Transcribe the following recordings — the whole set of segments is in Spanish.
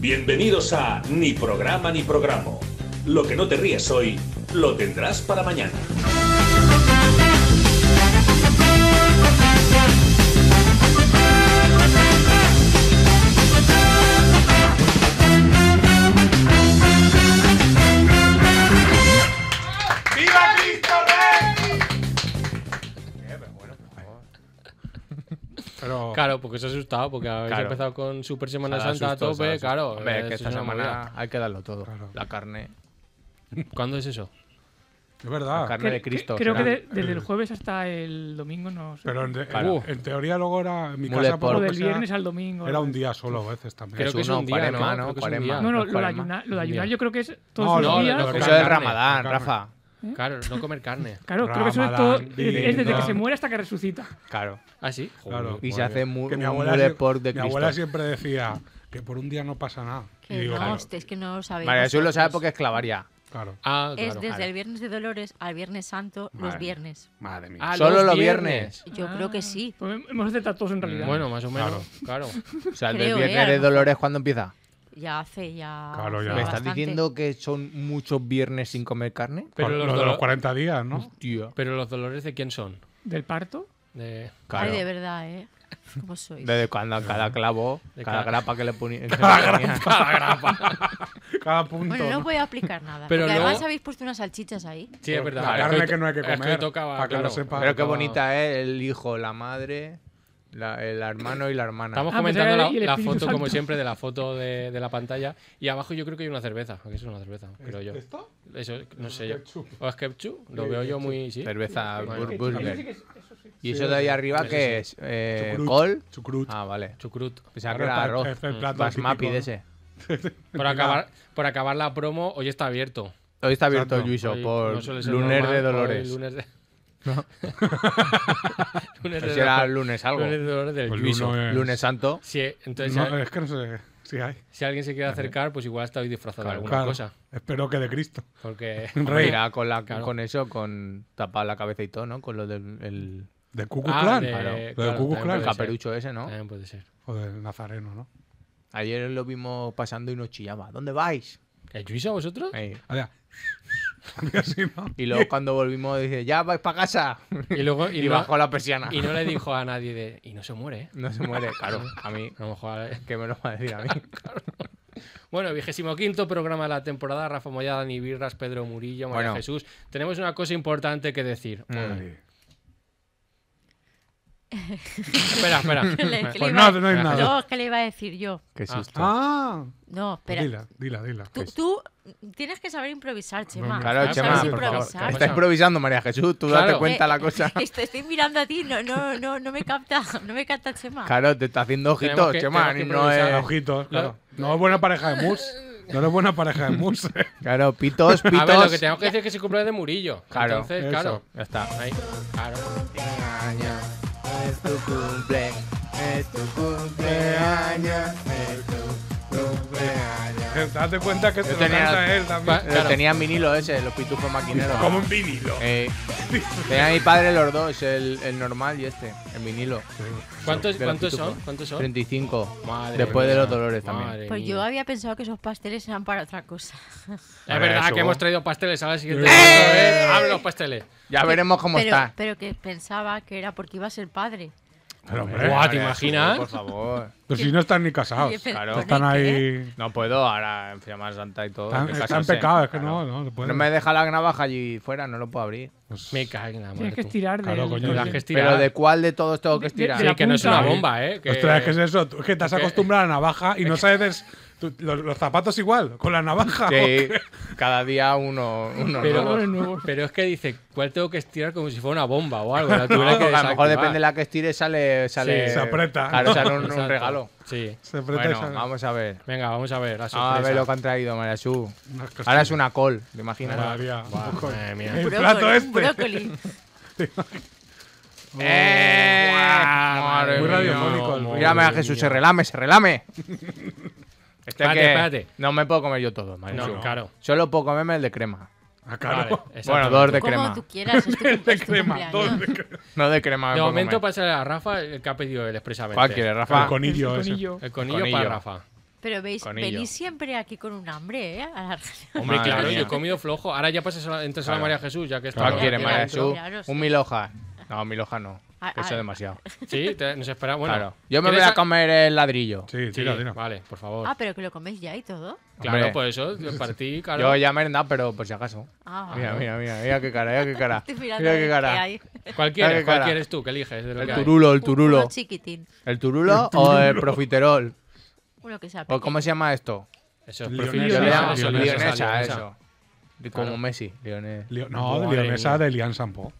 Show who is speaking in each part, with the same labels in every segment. Speaker 1: Bienvenidos a Ni programa ni programa. Lo que no te ríes hoy, lo tendrás para mañana.
Speaker 2: ¡Viva Cristo Rey!
Speaker 3: Pero
Speaker 4: Claro, porque se ha asustado, porque habéis
Speaker 2: Claro.
Speaker 4: empezado con Super Semana
Speaker 3: Se ha
Speaker 4: Santa a
Speaker 3: asustado, se ha
Speaker 4: tope,
Speaker 3: asustado.
Speaker 4: claro.
Speaker 2: Hombre, es
Speaker 4: eso
Speaker 2: que esta
Speaker 4: una
Speaker 2: semana
Speaker 4: movida.
Speaker 2: hay que darlo todo.
Speaker 3: Claro.
Speaker 2: La carne,
Speaker 4: ¿Cuándo es eso?
Speaker 3: es
Speaker 2: la
Speaker 3: verdad.
Speaker 2: carne de Cristo.
Speaker 5: creo que
Speaker 2: será.
Speaker 5: de- desde el jueves hasta el domingo no sé.
Speaker 3: Pero en, de-
Speaker 2: Claro.
Speaker 3: en- en teoría luego era en mi
Speaker 2: Muy
Speaker 3: casa
Speaker 2: de
Speaker 3: por
Speaker 5: o
Speaker 3: lo
Speaker 2: porco.
Speaker 3: que
Speaker 5: del
Speaker 3: sea,
Speaker 5: viernes al domingo.
Speaker 3: era
Speaker 5: algo
Speaker 3: un
Speaker 5: así.
Speaker 3: día solo a veces también.
Speaker 4: Creo que es
Speaker 2: uno,
Speaker 4: un día, ¿no? Creo
Speaker 2: cuaresma, ¿no?
Speaker 4: que es un
Speaker 2: Cuaresma.
Speaker 4: día.
Speaker 5: No, no,
Speaker 2: Los
Speaker 5: lo de,
Speaker 2: cuaresma.
Speaker 5: ayunar,
Speaker 4: Un
Speaker 5: lo de
Speaker 4: día.
Speaker 5: ayunar yo creo que es todos
Speaker 3: No,
Speaker 5: los
Speaker 3: no,
Speaker 5: días.
Speaker 3: lo de
Speaker 2: Eso es
Speaker 3: carne,
Speaker 2: Ramadán,
Speaker 3: carne.
Speaker 2: Rafa.
Speaker 5: ¿Eh?
Speaker 4: Claro, no comer carne.
Speaker 5: Claro, creo que eso es todo.
Speaker 3: Ramadán,
Speaker 5: Es es desde que
Speaker 3: Ramadán.
Speaker 5: se muere hasta que resucita.
Speaker 2: Claro.
Speaker 4: ¿Ah, sí?
Speaker 3: Claro,
Speaker 2: Y se
Speaker 3: porque-
Speaker 2: hace mu-
Speaker 3: que mi
Speaker 2: un
Speaker 3: abuela
Speaker 2: mule
Speaker 3: siempre-
Speaker 2: pork de
Speaker 3: Mi abuela
Speaker 2: Cristo.
Speaker 3: siempre decía que por un día no pasa nada.
Speaker 6: Que
Speaker 3: Y digo,
Speaker 6: no, este-
Speaker 3: claro,
Speaker 6: hostia, es que no lo sabemos.
Speaker 2: Vale, eso lo sabe
Speaker 6: todos.
Speaker 2: porque es clavaria.
Speaker 3: claro.
Speaker 4: Ah, claro.
Speaker 6: Es desde
Speaker 2: claro.
Speaker 6: el viernes de Dolores al viernes santo,
Speaker 2: Madre.
Speaker 6: los viernes.
Speaker 3: Madre mía.
Speaker 4: Ah,
Speaker 2: Solo los
Speaker 6: Yo creo que sí.
Speaker 5: Pues hemos aceptado todos en realidad.
Speaker 4: Mm, Bueno, más o menos. Claro.
Speaker 2: O sea, el del
Speaker 6: Creo, ¿eh?
Speaker 2: viernes
Speaker 6: A lo
Speaker 2: de
Speaker 6: mejor.
Speaker 2: Dolores, ¿cuándo empieza?
Speaker 6: Ya hace, ya.
Speaker 3: Claro, ya.
Speaker 6: hace
Speaker 2: ¿Me estás
Speaker 6: bastante.
Speaker 2: diciendo que son muchos viernes sin comer carne?
Speaker 4: Pero
Speaker 3: Por-
Speaker 4: los
Speaker 3: lo de los
Speaker 4: dolo-
Speaker 3: 40 días, ¿no?
Speaker 2: Tío.
Speaker 4: Pero los dolores de quién son?
Speaker 5: ¿Del parto?
Speaker 4: De...
Speaker 2: Claro.
Speaker 6: Ay, de verdad, ¿eh? ¿Cómo sois?
Speaker 2: Desde cuando cada clavo,
Speaker 4: De
Speaker 2: cada
Speaker 4: cada-
Speaker 2: grapa que le ponía.
Speaker 3: Cada punto.
Speaker 6: Bueno, no
Speaker 3: ¿no?
Speaker 6: voy a aplicar nada.
Speaker 4: Pero
Speaker 6: porque
Speaker 4: luego-
Speaker 6: además habéis puesto unas salchichas ahí.
Speaker 4: Sí, es verdad.
Speaker 3: La
Speaker 4: Es
Speaker 3: carne
Speaker 4: hoy-
Speaker 3: que no hay que
Speaker 4: es hoy
Speaker 3: comer,
Speaker 4: tocaba,
Speaker 3: para que lo
Speaker 4: claro.
Speaker 3: sepa.
Speaker 2: Pero qué
Speaker 4: Tocaba-
Speaker 2: bonita es el hijo, la madre, la- el hermano y la hermana.
Speaker 4: Estamos
Speaker 5: Ah,
Speaker 4: comentando la,
Speaker 5: pensaba que
Speaker 4: la
Speaker 5: era el Espíritu
Speaker 4: foto,
Speaker 5: Santo.
Speaker 4: como siempre, de la foto de, de la pantalla. Y abajo yo creo que hay una cerveza. Aquí es una cerveza, creo yo.
Speaker 3: ¿Esto?
Speaker 4: Eso, no sé yo.
Speaker 3: Ketchup.
Speaker 4: ¿O es ketchup? Lo veo yo muy... ¿sí?
Speaker 2: Cerveza,
Speaker 4: Bueno.
Speaker 2: bur-
Speaker 5: Sí, sí que
Speaker 2: burger.
Speaker 5: es- eso sí.
Speaker 2: ¿Y eso de ahí arriba
Speaker 4: Eso sí.
Speaker 2: qué es? Eh,
Speaker 3: Chucrut.
Speaker 2: ¿Col?
Speaker 3: Chucrut.
Speaker 2: Ah, vale.
Speaker 4: Chucrut.
Speaker 2: Pensaba que
Speaker 3: Claro,
Speaker 2: era
Speaker 3: el pa-
Speaker 2: arroz.
Speaker 4: Mm.
Speaker 3: el- el plato
Speaker 2: Basmati
Speaker 3: típico,
Speaker 2: de
Speaker 3: ¿no?
Speaker 2: ese.
Speaker 4: Por acabar, por acabar la promo, hoy está abierto.
Speaker 2: Hoy está abierto
Speaker 3: Exacto.
Speaker 2: Yuiso
Speaker 4: Hoy no
Speaker 2: por
Speaker 4: suele ser
Speaker 2: lunes
Speaker 4: normal,
Speaker 2: de
Speaker 4: hoy
Speaker 2: Dolores.
Speaker 4: Lunes de... lunes
Speaker 2: Eso
Speaker 4: de
Speaker 2: será
Speaker 4: Dolores.
Speaker 2: Pues lunes algo.
Speaker 4: Lunes de Dolores del
Speaker 3: Pues
Speaker 4: Yuiso.
Speaker 3: lunes-
Speaker 2: Lunes santo.
Speaker 4: Sí, entonces,
Speaker 3: No, eh.
Speaker 4: si,
Speaker 3: es que no sé si hay.
Speaker 4: si alguien se quiere acercar, pues igual está hoy disfrazado de alguna
Speaker 3: Claro.
Speaker 4: cosa.
Speaker 3: Espero que de Cristo.
Speaker 4: Porque...
Speaker 3: Rey.
Speaker 2: Irá pues con, la,
Speaker 4: Claro.
Speaker 2: con eso, con tapar la cabeza y todo, ¿no? Con lo del el,
Speaker 3: De Cucu
Speaker 4: Ah,
Speaker 3: Clan.
Speaker 4: de-
Speaker 3: Claro. Lo
Speaker 4: claro,
Speaker 3: de Cucu
Speaker 4: también
Speaker 3: Clan.
Speaker 4: puede ser. Eh.
Speaker 2: caperucho ese, ¿no?
Speaker 4: También puede ser.
Speaker 3: O del Nazareno, ¿no?
Speaker 2: Ayer lo vimos pasando y nos chillaba. ¿Dónde vais?
Speaker 4: ¿El Yuiso vosotros?
Speaker 2: Ahí.
Speaker 3: O sea, así, ¿no?
Speaker 2: Y luego cuando volvimos dice, ya vais para casa.
Speaker 4: Y luego... Y,
Speaker 2: Y,
Speaker 4: no-
Speaker 2: bajó la persiana.
Speaker 4: y no le dijo a nadie de... Y no se muere, ¿eh?
Speaker 2: No se muere, claro. A mí,
Speaker 4: A lo mejor... eh.
Speaker 2: ¿qué me lo va a decir a mí?
Speaker 4: Bueno, vigésimo quinto programa de la temporada. Rafa Mollada, Dani Birras, Pedro Murillo, María
Speaker 2: Bueno. Mm.
Speaker 4: Jesús. Tenemos una cosa importante que decir. Espera, espera.
Speaker 6: Que le- que
Speaker 3: Pues
Speaker 6: le iba-
Speaker 3: no, no hay nada.
Speaker 6: No, ¿qué le iba a decir yo?
Speaker 2: Qué susto.
Speaker 3: Ah,
Speaker 6: No,
Speaker 3: pues
Speaker 6: espera.
Speaker 3: dila, dila, dila.
Speaker 6: Tú, tú tienes que saber improvisar, Chema.
Speaker 2: pues. Claro,
Speaker 4: Ah,
Speaker 2: Chema,
Speaker 6: ¿Sabes
Speaker 2: por favor.
Speaker 6: improvisar?
Speaker 2: Está improvisando, María Jesús. Tú date
Speaker 4: Claro.
Speaker 2: cuenta
Speaker 6: Eh,
Speaker 2: la cosa.
Speaker 6: Estoy, estoy mirando a ti, no, no, no, no me capta, no me capta Chema.
Speaker 2: Claro, te está haciendo
Speaker 4: Tenemos
Speaker 2: ojitos,
Speaker 4: que-
Speaker 2: Chema.
Speaker 4: tenemos que
Speaker 2: No
Speaker 4: improvisar.
Speaker 2: es...
Speaker 3: Ojitos, claro. No es buena pareja de mus. No es buena pareja de mus.
Speaker 2: Claro, pitos, pitos.
Speaker 4: A ver, lo que tenemos que decir es que se cumple de Murillo.
Speaker 2: Claro,
Speaker 4: Entonces,
Speaker 3: eso.
Speaker 4: claro.
Speaker 2: Ya está.
Speaker 4: Ahí, claro.
Speaker 2: Es tu cumple, es tu cumpleaños, es tu cumpleaños.
Speaker 3: Date cuenta que se lo
Speaker 2: tenía-
Speaker 3: canta él también.
Speaker 4: Va- Claro.
Speaker 2: Tenía vinilo ese, los pitufos maquineros.
Speaker 3: Como un vinilo.
Speaker 2: Eh, tenía mi padre los dos, el, el normal y este, el vinilo.
Speaker 4: ¿Cuántos,
Speaker 2: Pero
Speaker 4: cuántos
Speaker 2: pitufo.
Speaker 4: son? ¿Cuántos son?
Speaker 2: 35.
Speaker 4: Madre
Speaker 2: después de
Speaker 4: mía,
Speaker 2: los dolores también.
Speaker 4: madre
Speaker 6: Pues
Speaker 4: mía.
Speaker 6: yo había pensado que esos pasteles eran para otra cosa.
Speaker 4: Es
Speaker 2: Eso.
Speaker 4: verdad que hemos traído pasteles. Ahora el siguiente.
Speaker 3: ¡Eh!
Speaker 4: ¡Eh! Abre los pasteles.
Speaker 2: Ya veremos cómo
Speaker 6: pero,
Speaker 2: está.
Speaker 6: pero que pensaba que era porque iba a ser padre.
Speaker 3: Pero, hombre,
Speaker 4: Guau, ¿te
Speaker 2: María,
Speaker 4: imaginas?
Speaker 2: Por favor.
Speaker 3: pero si no están ni casados.
Speaker 6: Pero-
Speaker 2: claro.
Speaker 3: Están
Speaker 6: ¿no hay qué?
Speaker 3: ahí.
Speaker 2: No puedo, ahora en Semana Santa y todo.
Speaker 3: Están,
Speaker 2: hay que
Speaker 3: están
Speaker 2: casarse.
Speaker 3: pecados, es que no,
Speaker 2: Claro.
Speaker 3: no, no pueden.
Speaker 2: No me deja la navaja allí fuera, no lo puedo abrir.
Speaker 3: Pues-
Speaker 4: Me cago en la madre.
Speaker 5: Tienes que
Speaker 4: tú.
Speaker 5: estirar de.
Speaker 3: Claro, coño,
Speaker 4: Tendrás
Speaker 3: sí.
Speaker 4: que estirar.
Speaker 2: Pero ¿de cuál de todos tengo que
Speaker 5: De- de-
Speaker 2: estirar?
Speaker 5: de la
Speaker 4: Sí, que no es una
Speaker 5: punta.
Speaker 4: bomba, ¿eh? Que-
Speaker 3: Ostras, es que es eso. Tú- Es que te has
Speaker 4: que-
Speaker 3: acostumbrado a la navaja y no sabes. des- tú- los, los zapatos igual, con la navaja.
Speaker 2: Sí, cada día uno, uno nuevo.
Speaker 4: Pero, pero es que dice, ¿cuál tengo que estirar como si fuera una bomba o algo? La tuviera que
Speaker 2: a lo mejor
Speaker 4: desactivar.
Speaker 2: depende de la que estire, sale. sale
Speaker 4: Sí.
Speaker 3: Se aprieta.
Speaker 2: Claro, sale un, un
Speaker 4: Exacto.
Speaker 2: regalo.
Speaker 4: Sí.
Speaker 3: Se aprieta
Speaker 2: Bueno,
Speaker 3: esa-
Speaker 2: vamos a ver.
Speaker 4: Venga, vamos a ver la
Speaker 2: Vamos a ver lo que
Speaker 4: sorpresa.
Speaker 2: han traído, María Su.
Speaker 3: Unas costillas.
Speaker 2: Ahora es una col, ¿te imaginas?
Speaker 3: María,
Speaker 4: Buah,
Speaker 3: un poco-
Speaker 4: madre mía.
Speaker 3: El
Speaker 6: Brócoli,
Speaker 3: plato
Speaker 6: un
Speaker 3: este.
Speaker 6: Brócoli.
Speaker 2: ¡Eh! Madre
Speaker 3: Muy
Speaker 2: mía.
Speaker 3: radiofónico el-
Speaker 2: Mírame a Jesús, se relame, se relame. Este
Speaker 4: Espérate,
Speaker 2: que-
Speaker 4: espérate.
Speaker 2: No me puedo comer yo todo, María
Speaker 4: No,
Speaker 2: Su.
Speaker 4: claro.
Speaker 2: Solo puedo comerme el de crema.
Speaker 3: Ah, claro.
Speaker 4: Vale,
Speaker 2: Bueno,
Speaker 4: exactamente.
Speaker 2: dos de
Speaker 6: Como
Speaker 2: crema.
Speaker 6: tú quieras. Es tu, es tu
Speaker 3: Crema,
Speaker 6: cumpleaños.
Speaker 3: dos de crema.
Speaker 2: No de crema. me
Speaker 4: De
Speaker 2: puedo
Speaker 4: momento
Speaker 2: comer.
Speaker 4: pasa a Rafa el que ha pedido él expresamente.
Speaker 2: ¿Cuál quieres,
Speaker 3: El
Speaker 2: Rafa?
Speaker 3: conillo
Speaker 5: el
Speaker 3: ese.
Speaker 5: conillo.
Speaker 4: El conillo,
Speaker 2: Conillo.
Speaker 4: para Rafa.
Speaker 6: Pero veis,
Speaker 2: Con
Speaker 6: venís
Speaker 2: ello.
Speaker 6: siempre aquí con un hambre, ¿eh? A la-
Speaker 4: Hombre,
Speaker 2: Madre
Speaker 4: claro,
Speaker 2: mía.
Speaker 4: yo he comido flojo. Ahora ya pases a- entres a la
Speaker 2: Claro.
Speaker 4: María Jesús, ya que está.
Speaker 2: Claro,
Speaker 6: Claro,
Speaker 2: quiere
Speaker 6: claro,
Speaker 2: María
Speaker 6: claro,
Speaker 2: Jesús.
Speaker 6: claro, sí.
Speaker 2: Un mil hojas. No, mil hojas no.
Speaker 6: Ah,
Speaker 2: que Eso
Speaker 6: ah.
Speaker 2: es demasiado.
Speaker 4: Sí, te- nos esperamos. Bueno,
Speaker 2: claro. Yo me voy
Speaker 4: ¿quieres
Speaker 2: a comer el ladrillo.
Speaker 3: Sí,
Speaker 4: Sí,
Speaker 3: tira, tira.
Speaker 4: Vale, por favor.
Speaker 6: Ah, pero que lo coméis ya y todo.
Speaker 4: claro,
Speaker 2: Hombre.
Speaker 4: pues eso, para ti, claro.
Speaker 2: Yo ya me he merendado, pero por si acaso.
Speaker 6: Ah,
Speaker 2: Mira,
Speaker 6: vale.
Speaker 2: mira, mira, mira qué cara, mira qué cara.
Speaker 6: Estoy mirando
Speaker 2: Mira
Speaker 6: a ver
Speaker 2: qué
Speaker 6: qué
Speaker 2: cara.
Speaker 6: hay.
Speaker 4: ¿Cuál
Speaker 2: Dale,
Speaker 4: quieres? ¿Cuál
Speaker 2: cara.
Speaker 4: quieres tú? ¿Qué eliges? De lo que
Speaker 2: El
Speaker 4: hay?
Speaker 2: turulo, el
Speaker 6: Un-
Speaker 2: turulo.
Speaker 6: Uno chiquitín,
Speaker 2: ¿El turulo o el profiterol?
Speaker 6: uno que sea
Speaker 2: ¿O cómo se llama esto?
Speaker 4: Eso,
Speaker 3: Lionesa,
Speaker 4: perfil-
Speaker 2: Yo le
Speaker 5: Lionesa,
Speaker 2: llamo
Speaker 4: eso,
Speaker 2: lionesa,
Speaker 4: lionesa.
Speaker 2: eso. Como Messi, lionesa.
Speaker 3: Lio- no, de
Speaker 4: Madre
Speaker 3: Leonesa
Speaker 4: mía.
Speaker 3: de Lian Sampo.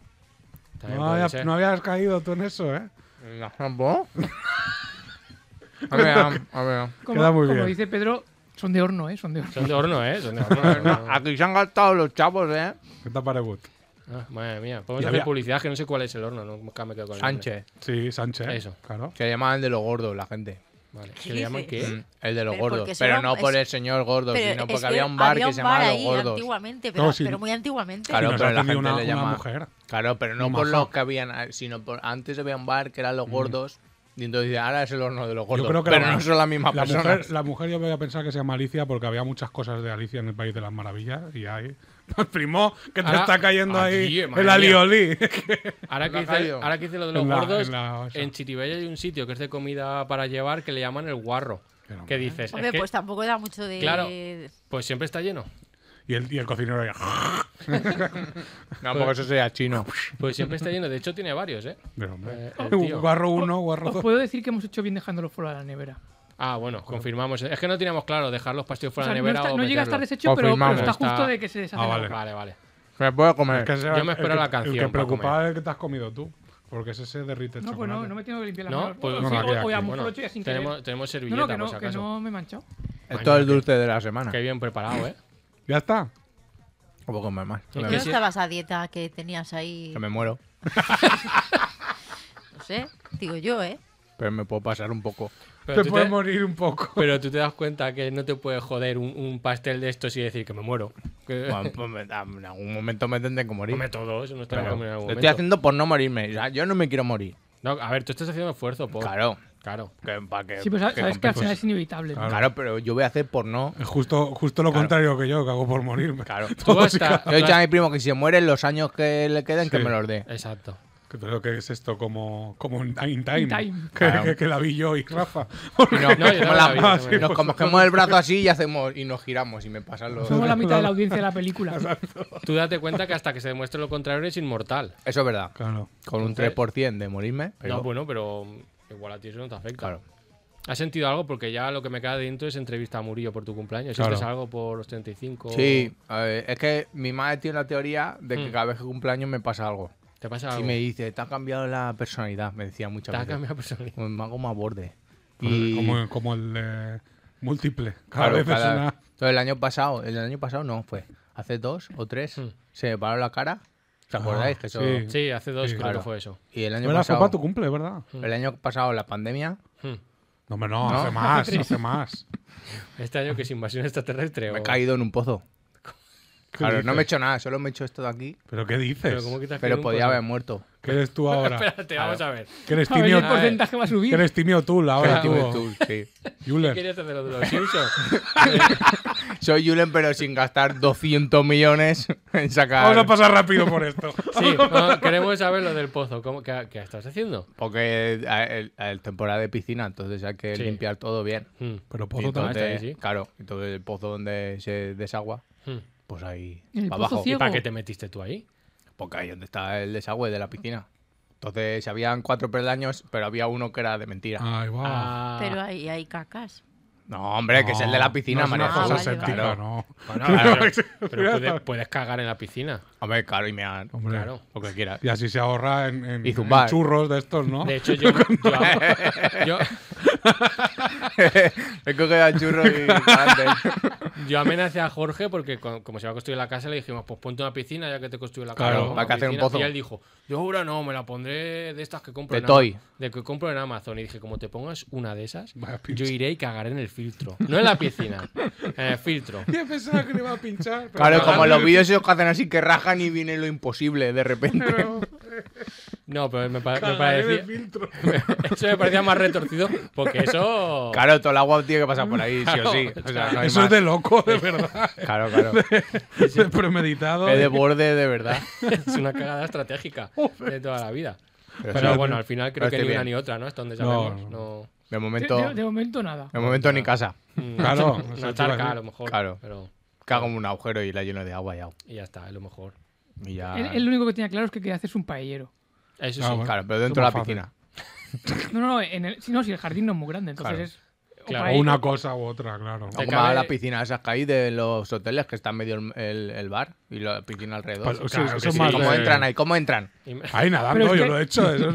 Speaker 4: También
Speaker 3: No,
Speaker 4: puede
Speaker 3: había-
Speaker 4: ser.
Speaker 3: no habías caído tú en eso, ¿eh?
Speaker 2: No. ¿Tampoco? A ver, a ver.
Speaker 5: Como,
Speaker 3: Queda muy
Speaker 5: como
Speaker 3: bien.
Speaker 5: dice Pedro, son de horno, ¿eh? Son de horno.
Speaker 4: Son de horno, ¿eh? Son de horno. son de horno.
Speaker 2: Aquí se han gastado los chavos, ¿eh?
Speaker 3: ¿Qué te parece? Wood?
Speaker 4: Ah, madre mía, podemos
Speaker 3: Y
Speaker 4: hacer
Speaker 3: había-
Speaker 4: publicidad que no sé cuál es el horno, nunca me quedo con el nombre.
Speaker 2: Sánchez.
Speaker 3: Sí, Sánchez.
Speaker 4: Eso.
Speaker 3: Claro.
Speaker 2: Se llama el de los gordos, la gente.
Speaker 4: Vale.
Speaker 6: ¿Qué
Speaker 4: ¿Se le llaman
Speaker 6: dices?
Speaker 4: qué?
Speaker 2: Mm, El de los
Speaker 6: Pero
Speaker 2: gordos.
Speaker 6: porque
Speaker 2: Pero
Speaker 6: son-
Speaker 2: no por
Speaker 6: es-
Speaker 2: el señor gordo, sino
Speaker 6: es
Speaker 2: porque
Speaker 6: que
Speaker 2: había un bar
Speaker 6: había
Speaker 2: que se llamaba Los
Speaker 6: ahí
Speaker 2: Gordos.
Speaker 6: Antiguamente, pero,
Speaker 3: sí.
Speaker 6: pero muy antiguamente.
Speaker 2: Claro,
Speaker 3: Y nos
Speaker 2: pero
Speaker 3: ha
Speaker 2: la
Speaker 3: atendido
Speaker 2: gente
Speaker 3: una,
Speaker 2: le
Speaker 3: una
Speaker 2: llama-
Speaker 3: mujer.
Speaker 2: Claro, pero no
Speaker 3: Un
Speaker 2: por
Speaker 3: maja.
Speaker 2: los que habían, sino por antes había un bar que eran los gordos. Y entonces dice, ahora es el horno de los gordos. pero no son la misma
Speaker 3: la
Speaker 2: persona.
Speaker 3: Mujer, la mujer yo voy a pensar que se llama Alicia porque había muchas cosas de Alicia en el País de las Maravillas y ahí... Primo, que te
Speaker 4: Ahora-
Speaker 3: está cayendo
Speaker 4: Ah,
Speaker 3: ahí
Speaker 4: tío, madre
Speaker 3: el
Speaker 4: mía.
Speaker 3: alioli.
Speaker 4: Ahora que,
Speaker 2: La
Speaker 4: hice,
Speaker 2: Jayo.
Speaker 4: ahora que hice lo de los
Speaker 3: En la-
Speaker 4: gordos,
Speaker 3: en
Speaker 4: en,
Speaker 3: la- eso.
Speaker 4: Chiribella hay un sitio que es de comida para llevar que le llaman el guarro.
Speaker 3: Pero,
Speaker 4: ¿Qué dices?
Speaker 6: Hombre,
Speaker 4: Es que,
Speaker 6: pues tampoco da mucho de...
Speaker 4: Claro. pues siempre está lleno.
Speaker 3: y, el, y el cocinero ahí,
Speaker 2: No, porque eso sería chino.
Speaker 4: Pues siempre está lleno. De hecho, tiene varios, ¿eh?
Speaker 3: Pero, hombre,
Speaker 4: Eh, el tío.
Speaker 3: guarro uno, guarro
Speaker 5: Os
Speaker 3: dos.
Speaker 5: puedo decir que hemos hecho bien dejándolo fuera de la nevera.
Speaker 4: Ah, bueno, confirmamos. Es que no teníamos claro dejar los pastillos
Speaker 5: O
Speaker 4: fuera
Speaker 5: sea,
Speaker 4: de
Speaker 5: no,
Speaker 4: la nevera
Speaker 5: está-
Speaker 4: o
Speaker 5: no llega a estar
Speaker 4: meterlos.
Speaker 5: deshecho, pero,
Speaker 2: Confirmamos.
Speaker 5: pero está
Speaker 4: Está-
Speaker 5: justo de que se deshace.
Speaker 3: Ah,
Speaker 5: la-
Speaker 3: vale.
Speaker 4: Vale, vale.
Speaker 2: Me puedo
Speaker 3: Es
Speaker 2: comer.
Speaker 3: que ese
Speaker 4: Yo
Speaker 3: era
Speaker 4: me espero
Speaker 3: el que-
Speaker 4: la canción
Speaker 3: El
Speaker 4: para
Speaker 3: que preocupaba es el que te has comido tú. Porque ese se derrite el
Speaker 5: No, pues no,
Speaker 3: chocolate.
Speaker 5: no me tengo que limpiar las
Speaker 4: No,
Speaker 5: manos.
Speaker 4: pues
Speaker 5: o,
Speaker 3: no,
Speaker 5: sí,
Speaker 3: aquí,
Speaker 5: o-
Speaker 3: aquí.
Speaker 5: o a lo
Speaker 4: Bueno,
Speaker 5: mejor lo he hecho ya sin querer.
Speaker 4: tenemos, tenemos servilleta,
Speaker 5: No, no, que
Speaker 4: por si
Speaker 5: no, que
Speaker 4: acaso.
Speaker 5: no me he manchado.
Speaker 2: Esto es el dulce de la semana.
Speaker 4: Qué bien preparado, ¿eh?
Speaker 3: Ya está.
Speaker 2: O puedo comer más.
Speaker 4: Sí,
Speaker 6: ¿Tú
Speaker 2: Me-
Speaker 6: no
Speaker 4: que sí.
Speaker 6: estabas a dieta que tenías ahí?
Speaker 2: Que me muero.
Speaker 6: No sé, digo yo, ¿eh?
Speaker 2: Pero me puedo pasar un poco.
Speaker 4: Pero
Speaker 3: te
Speaker 4: tú
Speaker 3: puedes
Speaker 4: te-
Speaker 3: morir un poco.
Speaker 4: Pero tú te das cuenta que no te puede joder un, un pastel de estos y decir que me muero. Que...
Speaker 2: Bueno, pues me- en algún momento me tendré que morir.
Speaker 4: Come todo, eso no está
Speaker 2: Pero
Speaker 4: comiendo en algún
Speaker 2: lo
Speaker 4: momento.
Speaker 2: estoy haciendo por no morirme. Ya, Yo no me quiero morir.
Speaker 4: No, a ver, tú estás haciendo esfuerzo, por.
Speaker 2: Claro.
Speaker 4: Claro.
Speaker 2: Que, pa' que-
Speaker 5: Sí, pero sabes,
Speaker 2: que
Speaker 5: sabes que al
Speaker 2: compense.
Speaker 5: final es inevitable. ¿no?
Speaker 2: Claro, pero yo voy a hacer por no.
Speaker 3: Es justo, justo lo contrario que yo, que hago por morirme.
Speaker 2: Claro.
Speaker 4: Tú hasta-
Speaker 2: Yo he dicho a mi primo que si se muere los años que le queden, que
Speaker 3: Sí.
Speaker 2: me los dé.
Speaker 4: Exacto.
Speaker 3: Que creo que es esto como, como en in time.
Speaker 5: In time.
Speaker 3: Que,
Speaker 2: Claro.
Speaker 3: que- que la vi yo y Rafa.
Speaker 2: Y nos,
Speaker 4: No, yo
Speaker 2: cogemos
Speaker 4: no la
Speaker 2: la-
Speaker 4: vi, yo no
Speaker 2: nos
Speaker 4: la vi.
Speaker 2: cogemos el brazo así y hacemos y nos giramos y me pasan los.
Speaker 5: Somos la mitad de la audiencia de la película.
Speaker 4: Tú date cuenta que hasta que se demuestre lo contrario eres inmortal.
Speaker 2: Eso es verdad.
Speaker 3: Claro.
Speaker 2: Con un
Speaker 4: Entonces-
Speaker 2: 3% de morirme. pero-
Speaker 4: No, bueno, pero mm, igual a ti eso no te afecta.
Speaker 2: Claro.
Speaker 4: ¿Has sentido algo? Porque ya lo que me queda dentro es entrevista a Murillo por tu cumpleaños.
Speaker 3: Claro.
Speaker 4: ¿Sientes algo por los 35?
Speaker 2: Sí, a ver, es que mi madre tiene la teoría de que
Speaker 4: Mm.
Speaker 2: cada vez que cumpleaños me pasa algo.
Speaker 4: ¿Te pasa algo?
Speaker 2: Y me dice, te ha cambiado la personalidad, me decía
Speaker 4: ¿Te
Speaker 2: muchas
Speaker 4: ha
Speaker 2: veces.
Speaker 4: cambiado personalidad?
Speaker 2: Como, Me hago más borde. Y,
Speaker 3: Pues Como, como el de múltiple. Cada
Speaker 2: claro,
Speaker 3: vez es
Speaker 2: cada-
Speaker 3: una.
Speaker 2: Entonces el año pasado, el año pasado no fue. Hace dos o tres
Speaker 4: Mm.
Speaker 2: se me paró la cara. ¿Os acordáis? que eso-
Speaker 3: sí.
Speaker 4: Sí, hace dos
Speaker 3: Sí,
Speaker 4: creo
Speaker 2: claro.
Speaker 4: que fue eso.
Speaker 2: Y el año
Speaker 3: No era
Speaker 2: pasado.
Speaker 3: Fopa tu cumple, ¿verdad?
Speaker 2: El año pasado la pandemia.
Speaker 4: Hmm.
Speaker 3: No, hombre, no, hace más, hace más.
Speaker 4: Este año que es invasión extraterrestre.
Speaker 2: Me he
Speaker 4: o-
Speaker 2: caído en un pozo.
Speaker 3: ¿Qué
Speaker 2: Claro, no
Speaker 3: dices?
Speaker 2: me he hecho nada, solo me he hecho esto de aquí.
Speaker 3: ¿Pero qué dices?
Speaker 4: Pero ¿cómo que te has caído
Speaker 2: Pero
Speaker 4: un
Speaker 2: podía
Speaker 4: pozo?
Speaker 2: haber muerto.
Speaker 3: ¿Qué eres tú ahora?
Speaker 4: Espérate, vamos a ver.
Speaker 3: ¿Qué eres
Speaker 5: A ver
Speaker 3: Timio?
Speaker 5: el porcentaje va a
Speaker 3: ¿Qué
Speaker 5: subir.
Speaker 3: eres Timio Tool ahora?
Speaker 2: Pero
Speaker 3: tú?
Speaker 2: tú- tú, sí.
Speaker 3: Yuler.
Speaker 4: ¿Quieres hacer lo de los Simpsons?
Speaker 2: Soy Julen, pero sin gastar 200 millones en sacar.
Speaker 3: Vamos a pasar rápido por esto.
Speaker 4: Sí, no, queremos saber lo del pozo. ¿Cómo, qué, qué estás haciendo?
Speaker 2: Porque es temporada de piscina, entonces hay que
Speaker 4: Sí.
Speaker 2: limpiar todo bien.
Speaker 4: Hmm.
Speaker 3: Pero
Speaker 2: Y
Speaker 3: pozo también.
Speaker 2: entonces,
Speaker 4: sí, sí.
Speaker 2: Claro, entonces el pozo donde se desagua,
Speaker 4: Hmm.
Speaker 2: pues ahí
Speaker 5: ¿El
Speaker 2: para
Speaker 5: pozo
Speaker 2: abajo.
Speaker 5: ciego?
Speaker 4: ¿Para qué te metiste tú ahí?
Speaker 2: Porque ahí donde está el desagüe de la piscina. Entonces habían cuatro peldaños, pero había uno que era de mentira.
Speaker 3: Ay, wow.
Speaker 4: Ah,
Speaker 6: Pero ahí hay cacas.
Speaker 2: No, hombre, que es el de la piscina,
Speaker 3: no es una
Speaker 2: María
Speaker 3: fosa
Speaker 6: Ah,
Speaker 2: Jesús.
Speaker 6: vale,
Speaker 3: séptica,
Speaker 2: Claro.
Speaker 3: no.
Speaker 4: bueno, a ver, pero puedes, puedes cagar en la piscina.
Speaker 2: Hombre, claro, y me han.
Speaker 3: Hombre.
Speaker 4: Claro.
Speaker 2: Eh. Lo que quieras.
Speaker 3: Y así se ahorra en, en-
Speaker 2: Y
Speaker 3: en
Speaker 2: zumbar.
Speaker 3: churros de estos, ¿no?
Speaker 4: De hecho, yo, yo- yo-
Speaker 2: He cogido el churro y. pa'lante.
Speaker 4: yo amenacé a Jorge porque cu- como se iba a construir la casa le dijimos, pues ponte una piscina ya que te construyo la casa.
Speaker 2: Claro,
Speaker 4: pongo
Speaker 2: hay
Speaker 4: una
Speaker 2: que hacer un
Speaker 4: piscina.
Speaker 2: pozo.
Speaker 4: Y él dijo, yo ahora no, me la pondré de estas que compro
Speaker 2: De
Speaker 4: en
Speaker 2: toy.
Speaker 4: Ama- De que compro en Amazon. Y dije, como te pongas una de esas,
Speaker 3: Vaya
Speaker 4: yo
Speaker 3: pinche.
Speaker 4: iré y cagaré en el filtro. No en la piscina, en el filtro.
Speaker 3: Yo pensaba que le iba a pinchar. pero-
Speaker 2: Claro, como los vídeos esos que hacen así que rajan y viene lo imposible de repente.
Speaker 4: No, pero me, pa- me
Speaker 3: Cagaré de
Speaker 4: parecía.
Speaker 3: filtro.
Speaker 4: Eso me parecía más retorcido porque eso.
Speaker 2: Claro, todo el agua tiene que pasar por ahí, sí o sí. O sea, no hay
Speaker 3: Eso es
Speaker 2: más.
Speaker 3: de loco, de verdad.
Speaker 2: Claro, claro.
Speaker 3: de premeditado.
Speaker 2: Es de borde de verdad.
Speaker 4: Es una cagada estratégica de toda la vida. Pero,
Speaker 2: sí.
Speaker 4: bueno, al final creo
Speaker 2: Parece
Speaker 4: que ni una
Speaker 2: bien.
Speaker 4: ni otra, ¿no? Es donde
Speaker 3: No, no.
Speaker 4: sabemos. No.
Speaker 2: De
Speaker 5: De,
Speaker 2: momento,
Speaker 5: de- de
Speaker 2: de
Speaker 5: momento nada.
Speaker 2: momento ni casa.
Speaker 4: Mm,
Speaker 3: Claro, eso te iba
Speaker 4: Una
Speaker 3: a
Speaker 4: charca,
Speaker 3: decir.
Speaker 4: a lo mejor.
Speaker 2: Claro.
Speaker 4: Pero.
Speaker 2: Cago en un agujero y la lleno de agua y au.
Speaker 4: Y ya está, a lo mejor.
Speaker 2: Y ya.
Speaker 5: Él, él lo único que tenía claro es que quería hacerse un paellero.
Speaker 4: Eso
Speaker 3: Ah,
Speaker 4: sí.
Speaker 3: bueno.
Speaker 2: Claro, pero dentro de la
Speaker 3: Eso más
Speaker 2: piscina.
Speaker 5: No, no, en el, si no, si el jardín no es muy grande, entonces es. o
Speaker 4: Claro.
Speaker 5: paella-
Speaker 3: O una cosa u otra, claro.
Speaker 2: O
Speaker 4: Te
Speaker 2: como
Speaker 4: cabe-
Speaker 2: la piscina esas que hay de los hoteles que está en medio el, el- el bar y la piscina alrededor.
Speaker 3: Pues, sí,
Speaker 4: claro
Speaker 3: eso
Speaker 4: que
Speaker 3: es
Speaker 4: sí.
Speaker 3: más
Speaker 2: ¿Cómo
Speaker 3: de-
Speaker 2: entran ahí? ¿Cómo entran?
Speaker 4: Y me-
Speaker 3: Ahí nadando,
Speaker 5: Pero es
Speaker 3: yo
Speaker 5: que-
Speaker 3: lo he hecho. Eso es en-